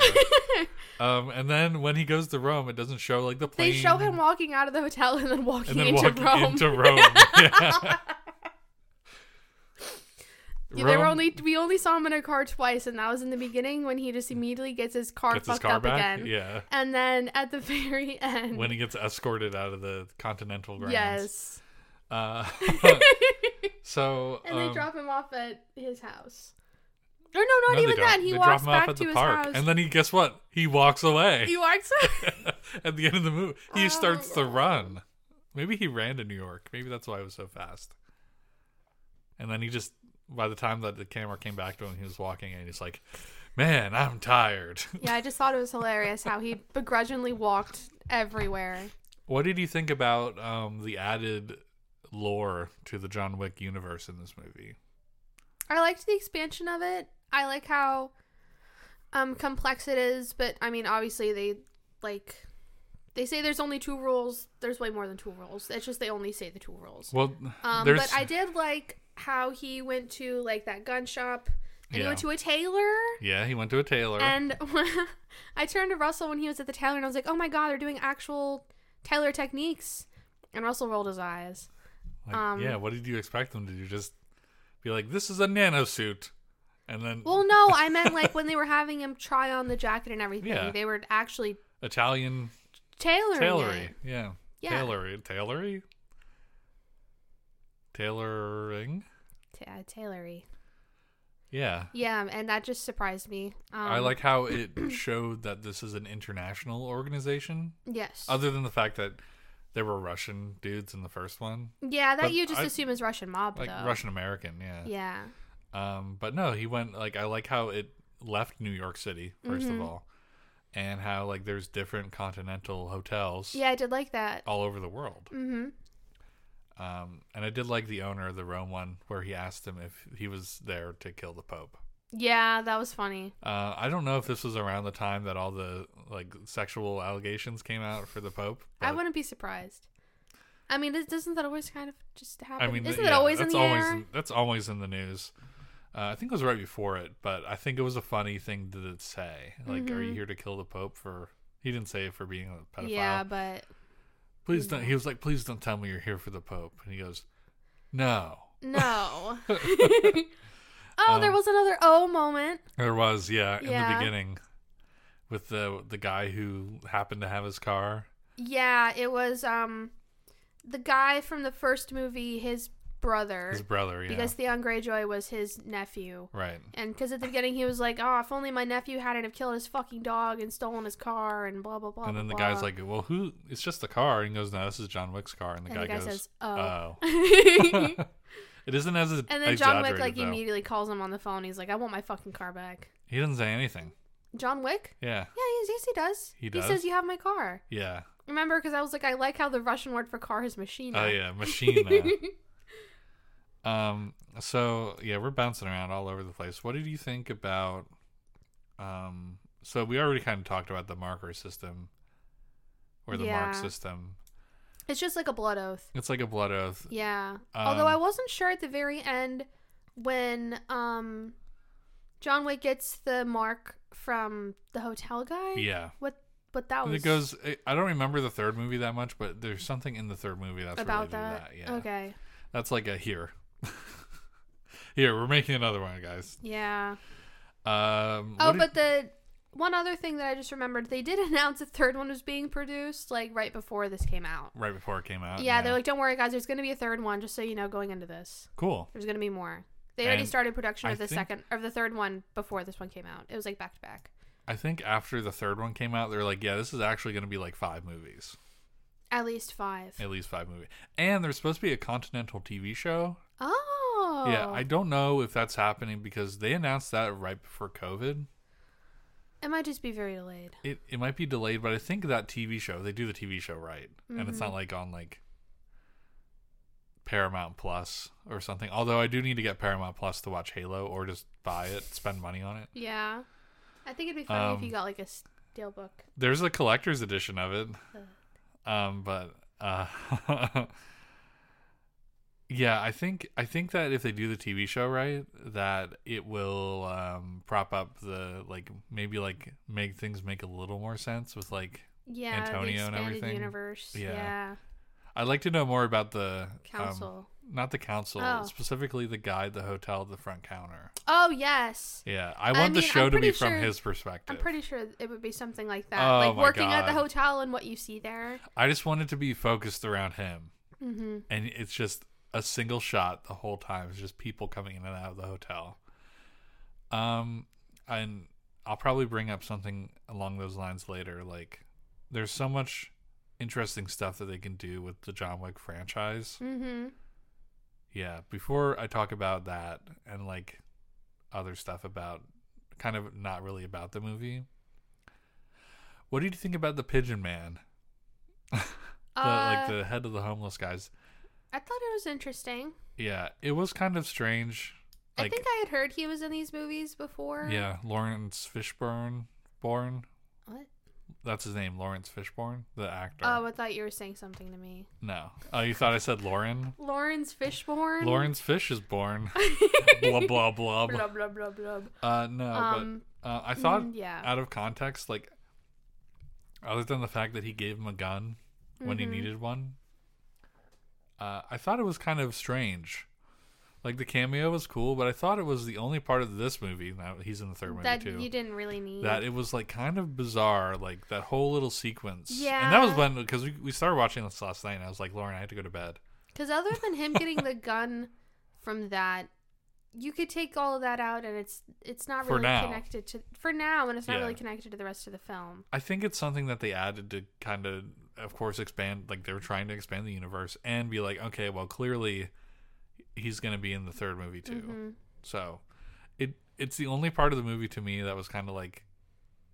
um, and then when he goes to Rome, it doesn't show like the plane. They show him walking out of the hotel and then walking and then into walking Rome. into Rome. Yeah. Yeah, they were Rome only we only saw him in a car twice, and that was in the beginning when he just immediately gets his car gets his fucked car up back. again. Yeah, And then at the very end, when he gets escorted out of the continental grounds. yes, Uh, so and they um, drop him off at his house. Or no, not No, they even don't. that. He they drop walks him off back at to the his park, house. and then he guess what? He walks away. he walks. at the end of the movie, he Oh, starts to run. Maybe he ran to New York. Maybe that's why it was so fast. And then he just, by the time that the camera came back to him, he was walking, and he's like, "Man, I'm tired." yeah, I just thought it was hilarious how he begrudgingly walked everywhere. What did you think about um, the added lore to the John Wick universe in this movie? I liked the expansion of it. I like how um complex it is, but I mean obviously they like they say there's only two rules. There's way more than two rules. It's just they only say the two rules. Well, Um there's but I did like how he went to like that gun shop and he Yeah. went to a tailor yeah, he went to a tailor. and I turned to Russell when he was at the tailor and I was like, "Oh my god, they're doing actual tailor techniques." And Russell rolled his eyes. Like, um, yeah, what did you expect him to do? Just be like, "This is a nano suit," and then Well, no, I meant like when they were having him try on the jacket and everything. Yeah. They were actually Italian tailoring. tailory. it. Yeah. Yeah. Tailory. Tailory? Tailoring? Ta- uh, tailory. Yeah. Yeah, and that just surprised me. Um, I like how it showed that this is an international organization, Yes. other than the fact that there were Russian dudes in the first one. yeah, that but you just I- assume is Russian mob Like though. Russian American, yeah. Yeah. Um, but no, he went like I like how it left New York City 1st Mhm. of all, and how like there's different continental hotels Yeah, I did like that. all over the world. Mm-hmm. Um, and I did like the owner of the Rome one where he asked him if he was there to kill the Pope. Yeah, that was funny. Uh, I don't know if this was around the time that all the like sexual allegations came out for the Pope. I but- wouldn't be surprised. I mean, this, doesn't that always kind of just happen? I mean, isn't yeah, it always in that's the always air? that's always in the news. Uh, I think it was right before it, but I think it was a funny thing to say. Like, are you Mhm. here to kill the Pope for? He didn't say it for being a pedophile. Yeah, but Please don't. He was like, please don't tell me you're here for the Pope. And he goes, no. no. oh, Um, there was another oh moment. There was, yeah, in Yeah. the beginning, with the the guy who happened to have his car. Yeah, it was um the guy from the first movie, his brother, His brother, yeah, because Theon Greyjoy was his nephew. right. And because at the beginning he was like, "Oh, if only my nephew hadn't have killed his fucking dog and stolen his car and blah blah blah." And then the blah, guy's blah." like, "Well, who? It's just the car." And he goes, "No, this is John Wick's car." And the and guy, the guy goes, says, "Oh." "Oh." it isn't as and then John Wick like though. immediately calls him on the phone. He's like, "I want my fucking car back." He doesn't say anything. John Wick? Yeah, Yeah, yes, yes he does. He He does? says, "You have my car." yeah. Remember, because I was like, I like how the Russian word for car is machina. Oh yeah, Machina. um. So yeah, we're bouncing around all over the place. What did you think about? Um. So we already kind of talked about the marker system, or the Yeah. mark system. It's just like a blood oath. It's like a blood oath. Yeah. Although Um, I wasn't sure at the very end when um John Wick gets the mark from the hotel guy. Yeah. What what that And was it goes. I- I don't remember the third movie that much, but there's something in the third movie that's related about to that. that. Yeah. Okay. That's like a here. here we're making another one, guys. Yeah. Um. what Oh, did- but the one other thing that I just remembered, they did announce a third one was being produced like right before this came out. right before it came out. yeah, they're like, don't worry, guys. There's going to be a third one, just so you know, going into this. cool. There's going to be more. They already And started production I of the think- second, of the third one before this one came out. It was like back to back. I think after the third one came out, they're like, yeah, this is actually going to be like five movies, At least five. at least five movies. And there's supposed to be a continental TV show. Oh. Yeah, I don't know if that's happening because they announced that right before COVID. It might just be very delayed. It it might be delayed, but I think that TV show they do the TV show right, and Mm-hmm. it's not like on like Paramount Plus or something. Although I do need to get Paramount Plus to watch Halo or just buy it, spend money on it. Yeah. I think it'd be funny if Um, you got like a steelbook. There's a collector's edition of it. Um, but uh, yeah, I think I think that if they do the TV show right, that it will um, prop up the like maybe like make things make a little more sense with like Yeah. the Antonio and expanded everything? universe. Yeah. Yeah. I'd like to know more about the um, Council. not the council, Oh. specifically the guy, at the hotel, the front counter. oh, yes. Yeah, I want the mean, show I'm to be pretty from sure- his I'm perspective. pretty sure it would be something like that. Oh, like my working at the God. hotel and what you see there. I just want it to be focused around him, Mm-hmm. and it's just a single shot the whole time. It's just people coming in and out of the hotel. Um, and I'll probably bring up something along those lines later. Like, there's so much interesting stuff that they can do with the John Wick franchise. Mm-hmm. Yeah, before I talk about that and like other stuff about kind of not really about the movie, what do you think about the Pigeon Man? The, like the head of the homeless guys. Uh, I thought it was interesting. Yeah, it was kind of strange. I Like, think I had heard he was in these movies before. yeah, Lawrence Fishburne, born. What? That's his name, Lawrence Fishburne, the actor. Oh, I thought you were saying something to me. no. Oh, you thought I said Lauren? Lawrence Fishburne. Lawrence Fish is born. blah blah blah. blah. Blub blub blub blub. Uh, no, Um, but uh, I thought mm, yeah. out of context, like other than the fact that he gave him a gun when Mm-hmm. he needed one, uh, I thought it was kind of strange. Like the cameo was cool, but I thought it was the only part of this movie. Now he's in the third movie that too. you didn't really need. that it was like kind of bizarre, like that whole little sequence. and that was Yeah. when because we, we started watching this last night, and I was like, Lauren, I had to go to bed. Because other than him getting the gun from that, you could take all of that out, and it's it's not For really now. connected to for now, and it's not Yeah. really connected to the rest of the film. I think it's something that they added to kind of, of course, expand. Like they were trying to expand the universe and be like, okay, well, clearly he's going to be in the third movie too. Mhm. So it it's the only part of the movie to me that was kind of like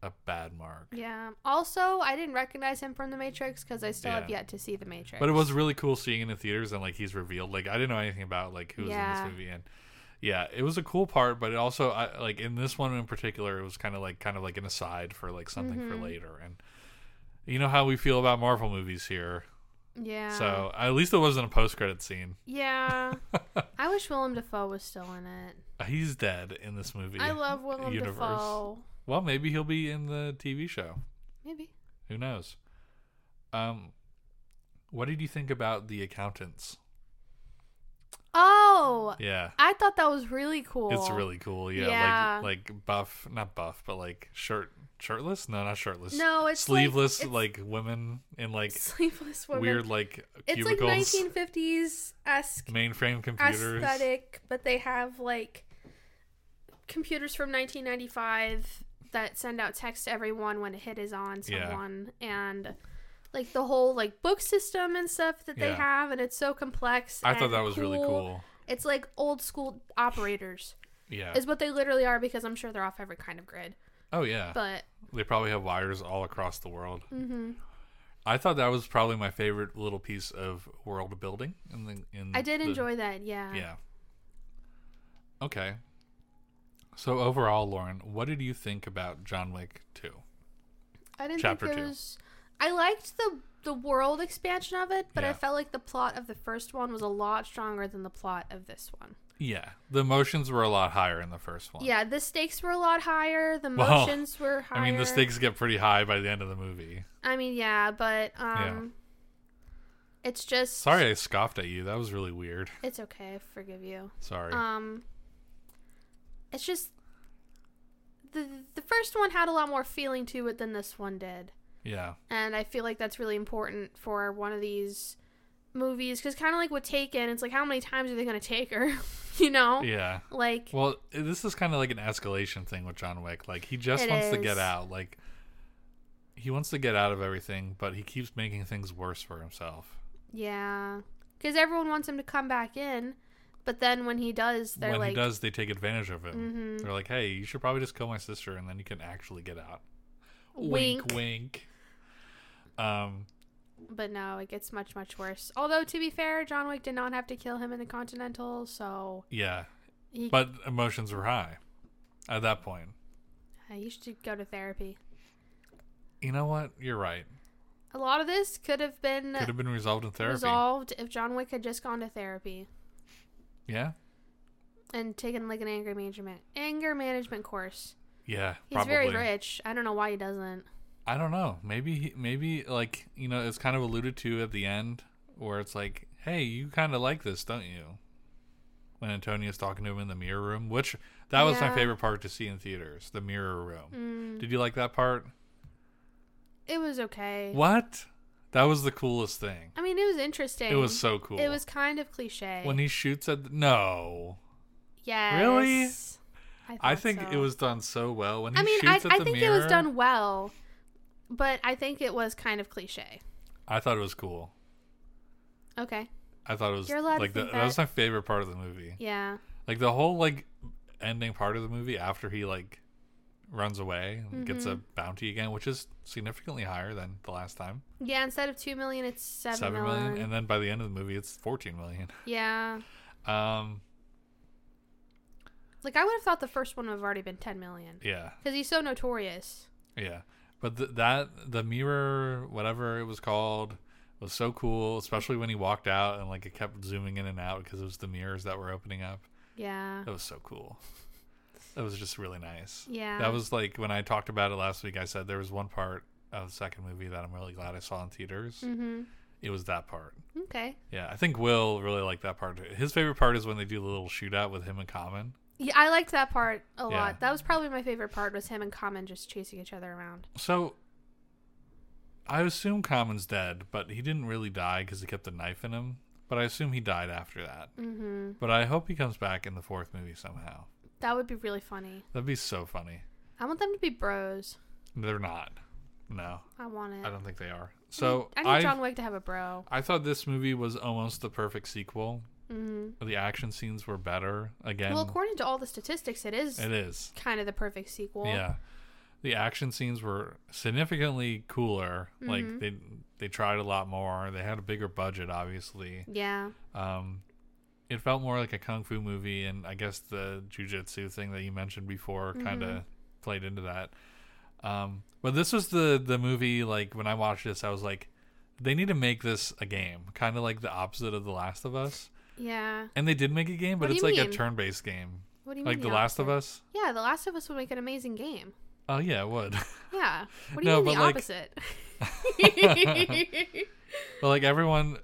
a bad mark. Yeah. Also, I didn't recognize him from The Matrix because I still have Yeah. yet to see The Matrix. But it was really cool seeing it in the theaters and like he's revealed. Like I didn't know anything about like who was in Yeah. this movie and yeah, it was a cool part, but it also I, like in this one in particular, it was kind of like kind of like an aside for like something for later. And you know how we feel about Marvel movies here. yeah. So at least it wasn't a post credit scene. Yeah. I wish Willem Dafoe was still in it. He's dead in this movie. I love Willem universe. Dafoe. Well, maybe he'll be in the TV show. Maybe. Who knows? Um, what did you think about the accountants? Oh, Yeah, I thought that was really cool. it's really cool. Yeah, Yeah. like like buff, not buff, but like shirt, shirtless. No, not shirtless. No, it's like- sleeveless. it's- Like, women in like sleeveless woman. weird like It's like cubicles, 1950s esque mainframe computers. aesthetic, but they have like computers from 1995 that send out text to everyone when a hit is on Yeah. someone and like the whole like book system and stuff that they Yeah. have and it's so complex I thought and that was really cool. it's like old school operators Yeah. is what they literally are because i'm sure they're off every kind of grid oh yeah. but They probably have wires all across the world. mhm. I thought that was probably my favorite little piece of world building. In the, in i did the- enjoy that yeah Yeah. Okay. So overall, Lauren, what did you think about John Wick Two? I didn't Chapter think it two. was. I liked the the world expansion of it, but Yeah. I felt like the plot of the first one was a lot stronger than the plot of this one. Yeah, the emotions were a lot higher in the first one. Yeah, the stakes were a lot higher. The Well, motions were higher. I mean, the stakes get pretty high by the end of the movie. I mean, yeah, but um, it's just Sorry, I scoffed at you. That was really weird. It's okay. I forgive you. Sorry. Um, it's just the the first one had a lot more feeling to it than this one did. yeah. and I feel like that's really important for one of these movies because kind of like with Taken, it's like how many times are they gonna take her, you know? Yeah. Like Well, i- this is kind of like an escalation thing with John Wick. Like he just It wants to get is. out. Like he wants to get out of everything, but he keeps making things worse for himself. yeah, because everyone wants him to come back in, but then when he does, they're when like, he does, they take advantage of him. Mhm. They're like, "Hey, you should probably just kill my sister, and then you can actually get out." wink, wink. wink. Um, But no, it gets much much worse. Although to be fair, John Wick did not have to kill him in the Continental, so yeah, he but emotions were high at that point. uh, you should go to therapy. You know what? You're right. A lot of this could have been Could have been resolved in therapy. resolved if John Wick had just gone to therapy. Yeah, and taken like an anger management anger management course. yeah. He's probably. very rich. I don't know why he doesn't. I don't know. Maybe, he- maybe like you know, it's kind of alluded to at the end where it's like, "Hey, you kind of like this, don't you?" When Antonio's talking to him in the mirror room, which that was my Yeah. favorite part to see in theaters, the mirror room. Mm, Did you like that part? it was okay. What? That was the coolest thing. I mean, it was interesting. It was so cool. It was kind of cliche. when he shoots at the, no. yes. Really? I think so. it was done so well when he I mean, I, shoots at I the think mirror. it was done well, but I think it was kind of cliche. I thought it was cool. Okay. I thought it was You're allowed to like the, think that. was my favorite part of the movie. Yeah. Like the whole like ending part of the movie after he like runs away and gets a bounty again, which is significantly higher than the last time. Yeah. Instead of two million, it's seven, Seven million. And then by the end of the movie it's fourteen million. yeah. Um Like I would have thought the first one would have already been ten million yeah. because he's so notorious. Yeah, but th- that the mirror, whatever it was called, was so cool. Especially when he walked out and like it kept zooming in and out because it was the mirrors that were opening up. Yeah. That was so cool. That was just really nice. Yeah. That was like when I talked about it last week. I said there was one part of the second movie that I'm really glad I saw in theaters. Mm-hmm. It was that part. Okay. Yeah, I think Will really liked that part. His favorite part is when they do the little shootout with him and Common. Yeah, I liked that part a Yeah. lot. That was probably my favorite part was him and Common just chasing each other around. So I assume Common's dead, but he didn't really die because he kept the knife in him. But I assume he died after that. Mm-hmm. But I hope he comes back in the fourth movie somehow. That would be really funny. That'd be so funny. I want them to be bros. They're not. No, I want it. I don't think they are. So I need I John Wick to have a bro. I thought this movie was almost the perfect sequel. Mm-hmm. The action scenes were better. Again, Well, according to all the statistics, it is it is. kind of the perfect sequel. Yeah. The action scenes were significantly cooler. Like Mhm. they they tried a lot more. They had a bigger budget obviously. Yeah. Um, it felt more like a kung fu movie, and I guess the jujitsu thing that you mentioned before Mm-hmm. kind of played into that. Um, but this was the the movie. Like when I watched this, I was like, they need to make this a game, kind of like the opposite of The Last of Us. Yeah. And they did make a game, but What do it's you like a mean? turn based game, What do you mean? like The Last of opposite? Us. Yeah, The Last of Us would make an amazing game. Oh yeah, it would. Yeah. What do No, you mean the but, like- opposite? but like everyone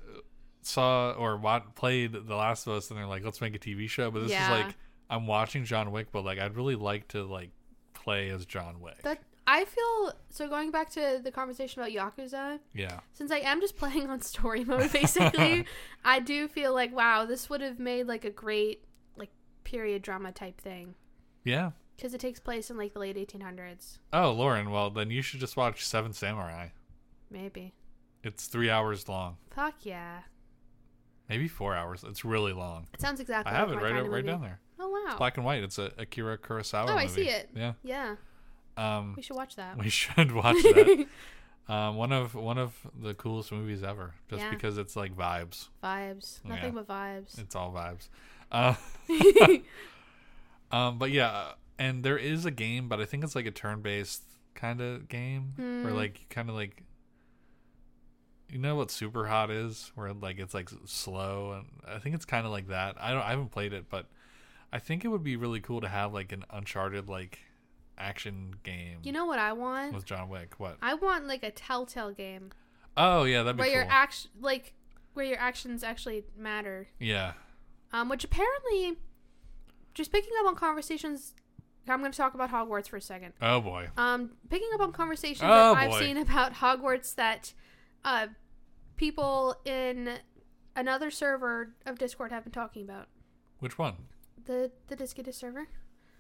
saw or wat- played The Last of Us, and they're like, let's make a TV show. But this Yeah. is like I'm watching John Wick, but like I'd really like to like play as John Wick. that I feel so. Going back to the conversation about Yakuza, Yeah. since I am just playing on story mode, basically, I do feel like wow, this would have made like a great like period drama type thing Yeah. because it takes place in like the late 1800s, Oh, Lauren, well, then you should just watch Seven Samurai. maybe. It's three hours long, Fuck yeah! maybe four hours. It's really long. It sounds exactly. I have it like my right, kind right of movie. down there. Oh wow! Black and white. It's a Akira Kurosawa Oh, movie. I see it. Yeah. Yeah, Um, we should watch that. we should watch that. um, one of one of the coolest movies ever, just Yeah. because it's like vibes. vibes, nothing Yeah. but vibes. It's all vibes. Uh, um, but yeah, and there is a game, but I think it's like a turn-based kind of game, where Hmm. like you kind of like, you know what super hot is, where like it's like s- slow, and I think it's kind of like that. I don't, I haven't played it, but I think it would be really cool to have like an Uncharted like action game You know what I want? with John Wick. What? I want like a telltale game Oh yeah, that'd be where cool. your action like where your actions actually matter. yeah, Um, which apparently, just picking up on conversations, I'm going to talk about Hogwarts for a second. oh boy, Um, picking up on conversations Oh, that I've boy. seen about Hogwarts that, uh, people in another server of Discord have been talking about which one? the the Discus server,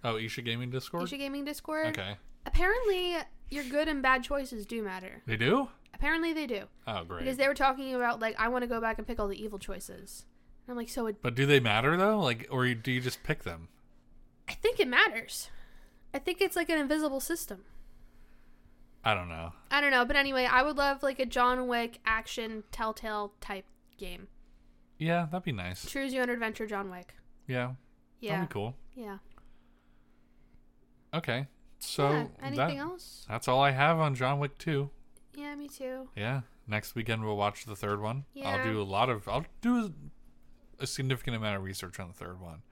Oh, Isha Gaming Discord. Asia Gaming Discord. Okay, Apparently, your good and bad choices do matter. they do. Apparently, they do. Oh great. Because they were talking about like I want to go back and pick all the evil choices. And I'm like, so it, But do they matter though? Like, or you- do you just pick them? I think it matters. I think it's like an invisible system. I don't know. I don't know, but anyway, I would love like a John Wick action Telltale type game. Yeah, that'd be nice. Choose your own adventure, John Wick. Yeah, Yeah, that'd be cool. yeah. Okay, so yeah. that- anything else? that's all I have on John Wick Two. Yeah, me too. Yeah, next weekend we'll watch the third one. I'll Yeah. do a lot of. I'll do a, a significant amount of research on the third one.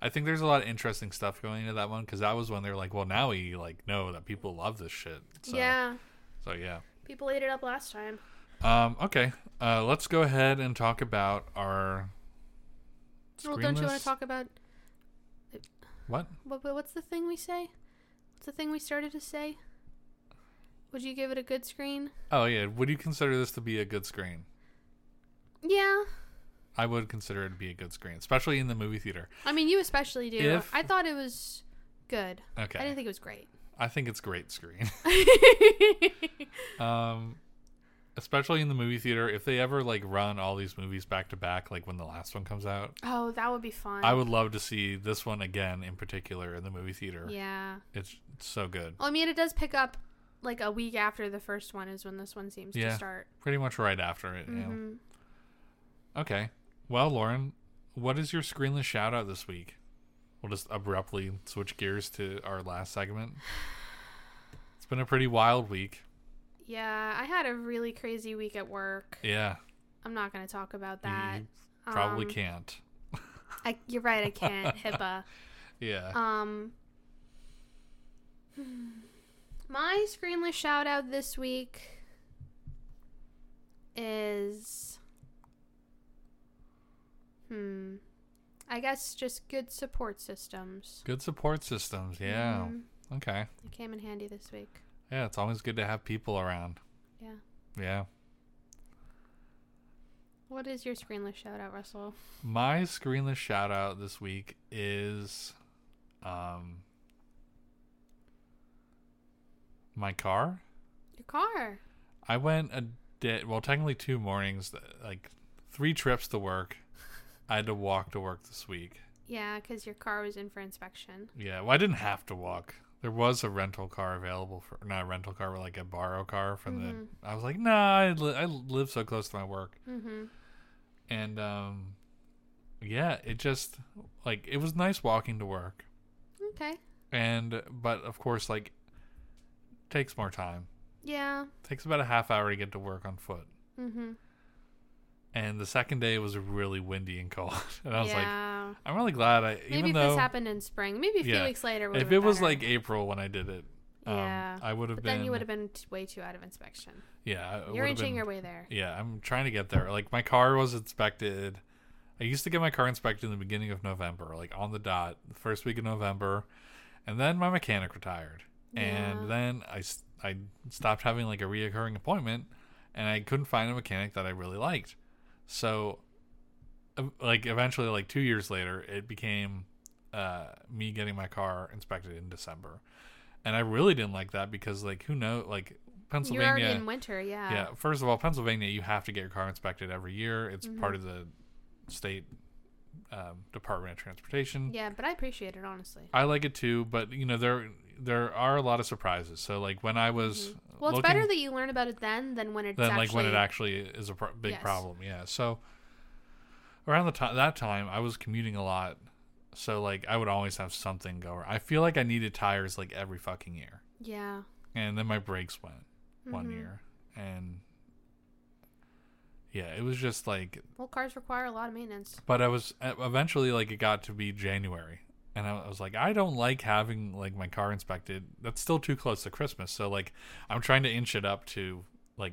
I think there's a lot of interesting stuff going into that one because that was when they were like, well, now we like know that people love this shit. So, Yeah, So yeah. people ate it up last time. Um. Okay. Uh. Let's go ahead and talk about our. Well, screen don't you want to list. talk about What? what, what- what's the thing we say? What's the thing we started to say? Would you give it a good screen? Oh yeah. Would you consider this to be a good screen? Yeah, I would consider it to be a good screen, especially in the movie theater. I mean, you especially do. If- I thought it was good. Okay. I didn't think it was great. I think it's great screen. um, especially in the movie theater, if they ever like run all these movies back to back, like when the last one comes out, oh, that would be fun. I would love to see this one again in particular in the movie theater. Yeah. It's so good. Well, I mean, it does pick up like a week after the first one is when this one seems Yeah. to start. Pretty much right after it. Yeah. Mhm. Okay. Well, Lauren, what is your screenless shout out this week? We'll just abruptly switch gears to our last segment. It's been a pretty wild week. Yeah, I had a really crazy week at work. Yeah. I'm not going to talk about you that. probably Um, can't. I, you're right. I can't. HIPAA. Yeah. Um, my screenless shout out this week is, hmm, I guess just good support systems. good support systems. Yeah. Mhm. Okay. it came in handy this week. Yeah, it's always good to have people around. Yeah. Yeah. What is your screenless shout out, Russell? My screenless shout out this week is um my car. Your car. I went a day, well, technically two mornings, th- like three trips to work. I had to walk to work this week. Yeah, because your car was in for inspection. Yeah, well, I didn't have to walk. There was a rental car available for not a rental car, but like a borrow car from Mhm. the. I was like, nah, I, li- I live so close to my work, Mm-hmm. and um, yeah, it just like it was nice walking to work, Okay. and but of course, like takes more time. Yeah. Takes about a half hour to get to work on foot, Mm-hmm. and the second day was really windy and cold, and I was like, yeah. I'm really glad I Maybe even if though this happened in spring, maybe a few Yeah. weeks later. would've if it been was better. like April when I did it, um, Yeah. I would have But been. then you would have been t- way too out of inspection. yeah, I- I You're would've inching Oh, been- your way there. Yeah, I'm trying to get there. Like my car was inspected. I used to get my car inspected in the beginning of November, like on the dot, the first week of November, and then my mechanic retired, Yeah. and then I s- I stopped having like a reoccurring appointment, and I couldn't find a mechanic that I really liked, so ev- like eventually like two years later it became uh me getting my car inspected in december and i really didn't like that because like who knows like You're already pennsylvania in winter, yeah. yeah. First of all, Pennsylvania, you have to get your car inspected every year. It's Mhm. part of the state um, Department of Transportation. Yeah, but I appreciate it honestly. I like it too, but you know there there are a lot of surprises. So like when I was Mm-hmm. Well, it's looking, better that you learn about it then than when it's than actually. like when it actually is a pro- big Yes. problem. Yeah. So around the time that time, I was commuting a lot, so like I would always have something go. I feel like I needed tires like every fucking year, Yeah. and then my brakes went one Mhm. year, and yeah, it was just like Well, cars require a lot of maintenance. but I was e- eventually like it got to be January, and I I was like, I don't like having like my car inspected. That's still too close to Christmas, so like I'm trying to inch it up to like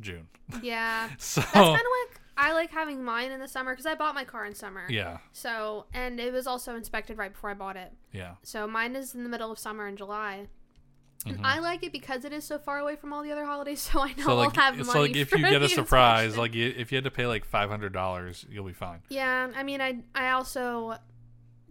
June. Yeah. So That's kind of like I like having mine in the summer because I bought my car in summer. yeah, So and it was also inspected right before I bought it. yeah, So mine is in the middle of summer in July. And Mhm. I like it because it is so far away from all the other holidays, so I know so like I'll have it's money. like if for you get the a surprise, inspection. like you, if you had to pay like five hundred dollars, you'll be fine. yeah, I mean, I I also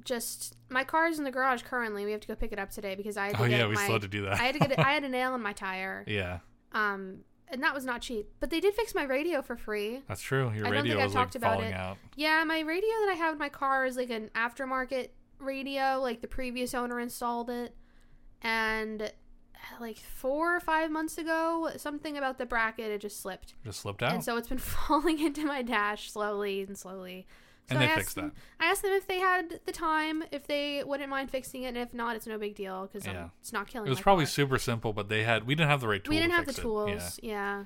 just my car is in the garage currently. We have to go pick it up today because I had to Oh get yeah, we my, still had to do that. I had to get it, I had a nail in my tire, yeah, um, and that was not cheap. But they did fix my radio for free. that's true. Your I don't radio think I was like talked about falling it. out. Yeah, my radio that I have in my car is like an aftermarket radio. Like the previous owner installed it, and like four or five months ago, something about the bracket it just slipped, Just slipped out. and so it's been falling into my dash slowly and slowly. So And they I fixed asked them, I asked them if they had the time, if they wouldn't mind fixing it, and if not, it's no big deal because Yeah. it's not killing. it was my probably car. super simple, but they had we didn't have the right tools. we didn't have the It. Yeah. tools. Yeah.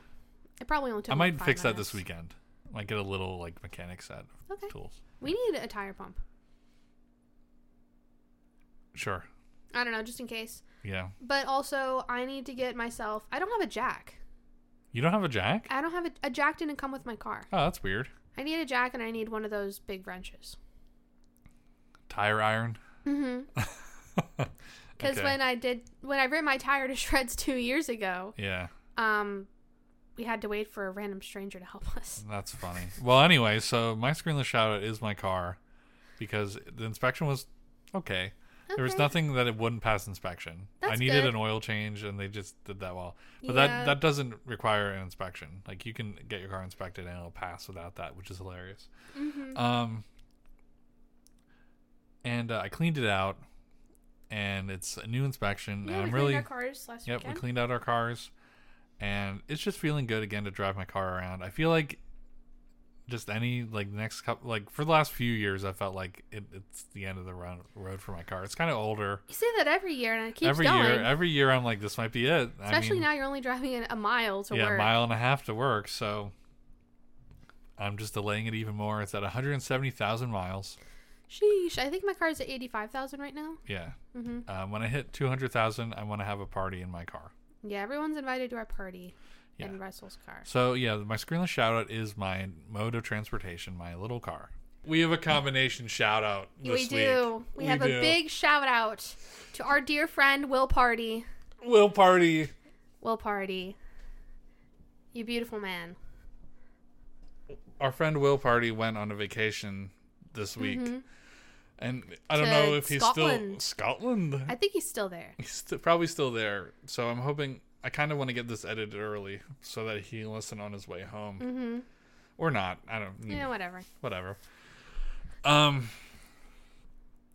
it probably only took. I like, might five fix that minutes. this weekend. Might get a little like mechanic set of Okay. tools. We need a tire pump. Sure. I don't know, just in case. Yeah. But also, I need to get myself. I don't have a jack. You don't have a jack? I don't have a, a jack. Didn't come with my car. Oh, that's weird. I need a jack, and I need one of those big wrenches. Tire iron. Mm-hmm. Because Okay. when I did, when I ripped my tire to shreds two years ago, Yeah, um, we had to wait for a random stranger to help us. that's funny. well, anyway, so my screenless shout out is my car because the inspection was okay. There was Okay. nothing that it wouldn't pass inspection. I That's needed good. an oil change, and they just did that well. But Yeah. that that doesn't require an inspection. Like you can get your car inspected, and it'll pass without that, which is hilarious. Mhm. Um, and uh, I cleaned it out, and it's a new inspection, and Yeah, we I'm cleaned really our cars last Yep, we weekend. cleaned out our cars, and it's just feeling good again to drive my car around. I feel like just any like next couple like for the last few years, I felt like it, it's the end of the run, road for my car. It's kind of older. You say that every year, and it keeps every going. year, every year, I'm like, this might be it. Especially I mean, now, you're only driving a- a mile to yeah, work. mile and a half to work, so I'm just delaying it even more. It's at 170,000 miles. Sheesh! I think my car's at eighty-five thousand right now. Yeah, hmm um, when I hit 200,000, I want to have a party in my car. Yeah, everyone's invited to our party Yeah. in Russell's car. So yeah, my screenless shout out is my mode of transportation, my little car. We have a combination shout out this we do. week. We, have a do. big shout out to our dear friend Will Party. Will Party. Will Party, you beautiful man. Our friend Will Party went on a vacation this week. Mhm. And I don't To know if he's still Scotland. Scotland. I think he's still there. He's st- probably still there. So I'm hoping I kind of want to get this edited early so that he can listen on his way home hmm or not. I don't You know, whatever. whatever. Um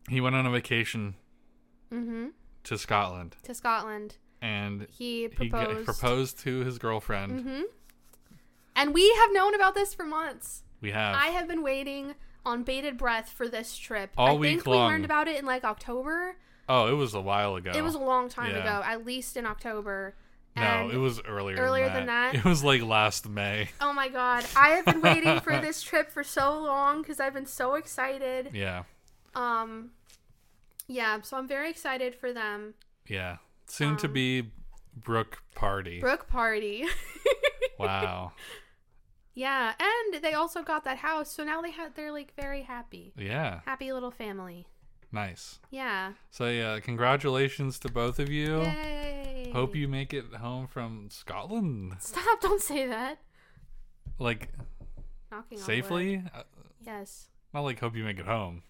he went on a vacation hmm to Scotland To Scotland, and he he proposed. g- proposed to his girlfriend. hmm And we have known about this for months. We have I have been waiting on bated breath for this trip. All I week think long. we learned about it in like October. oh, it was a while ago. It was a long time Yeah. ago, at least in October. no, And it was earlier. earlier than than that. that. It was like last May. oh my god, I have been waiting for this trip for so long because I've been so excited. Yeah, Um, yeah, so I'm very excited for them. yeah. Soon Um. to be Brooke party. Brooke party. Wow. yeah, and they also got that house, so now they had they're like very happy, Yeah, happy little family. nice. Yeah. So yeah, congratulations to both of you. Yay. Hope you make it home from Scotland stop. Don't say that. like Knocking on wood. safely. Uh, Yes. Not like hope you make it home.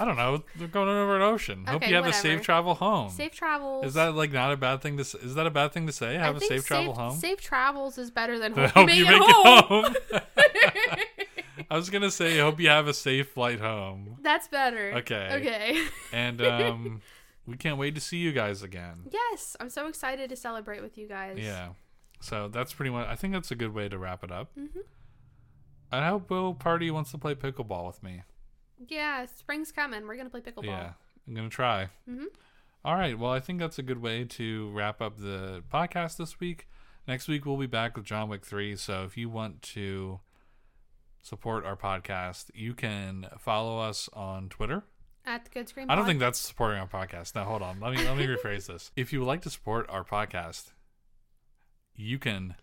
I don't know. They're going over an ocean. hope Okay, you have a whatever. safe travel home. Safe travels. Is that like not a bad thing to? s- Is that a bad thing to say? Have a safe travel home. Safe travels is better than I hope you make it home. I was gonna say, I hope you have a safe flight home, That's better. Okay. Okay. and um, we can't wait to see you guys again. yes, I'm so excited to celebrate with you guys. Yeah. So that's pretty much. I think that's a good way to wrap it up. Mhm. I hope Will Party wants to play pickleball with me. Yeah. Spring's coming. We're gonna play pickleball. Yeah, I'm gonna try. Mhm. All right. Well, I think that's a good way to wrap up the podcast this week. Next week we'll be back with John Wick three. So if you want to support our podcast, you can follow us on Twitter. At the Good Screen. I don't Pod. think that's supporting our podcast. Now hold on. Let me let me rephrase this. If you would like to support our podcast, you can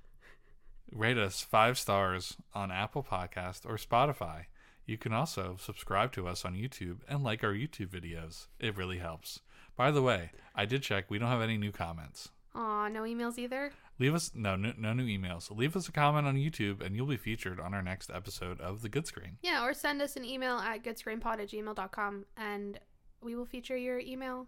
rate us five stars on Apple Podcast or Spotify. You can also subscribe to us on YouTube and like our YouTube videos. It really helps. By the way, I did check. We don't have any new comments. Aw, no emails either. Leave us no no, no new emails. Leave us a comment on YouTube, and you'll be featured on our next episode of the Good Screen. Yeah, or send us an email at goodscreenpod at gmail.com and we will feature your email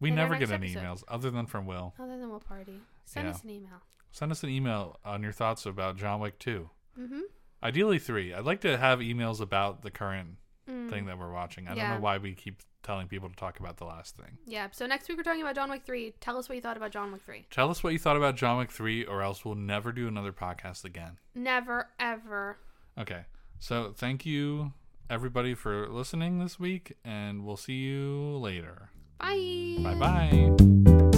We In our never next get any episode. emails other than from Will. other than we'll party. Send Yeah. us an email. Send us an email on your thoughts about John Wick 2. Mm-hmm. Ideally, three. I'd like to have emails about the current Mm. thing that we're watching. I Yeah. don't know why we keep telling people to talk about the last thing. Yeah, so next week we're talking about John Wick 3. Tell us what you thought about John Wick 3. Tell us what you thought about John Wick 3, or else we'll never do another podcast again. Never, ever. Okay. So, thank you, everybody, for listening this week, and we'll see you later. Bye. Bye bye.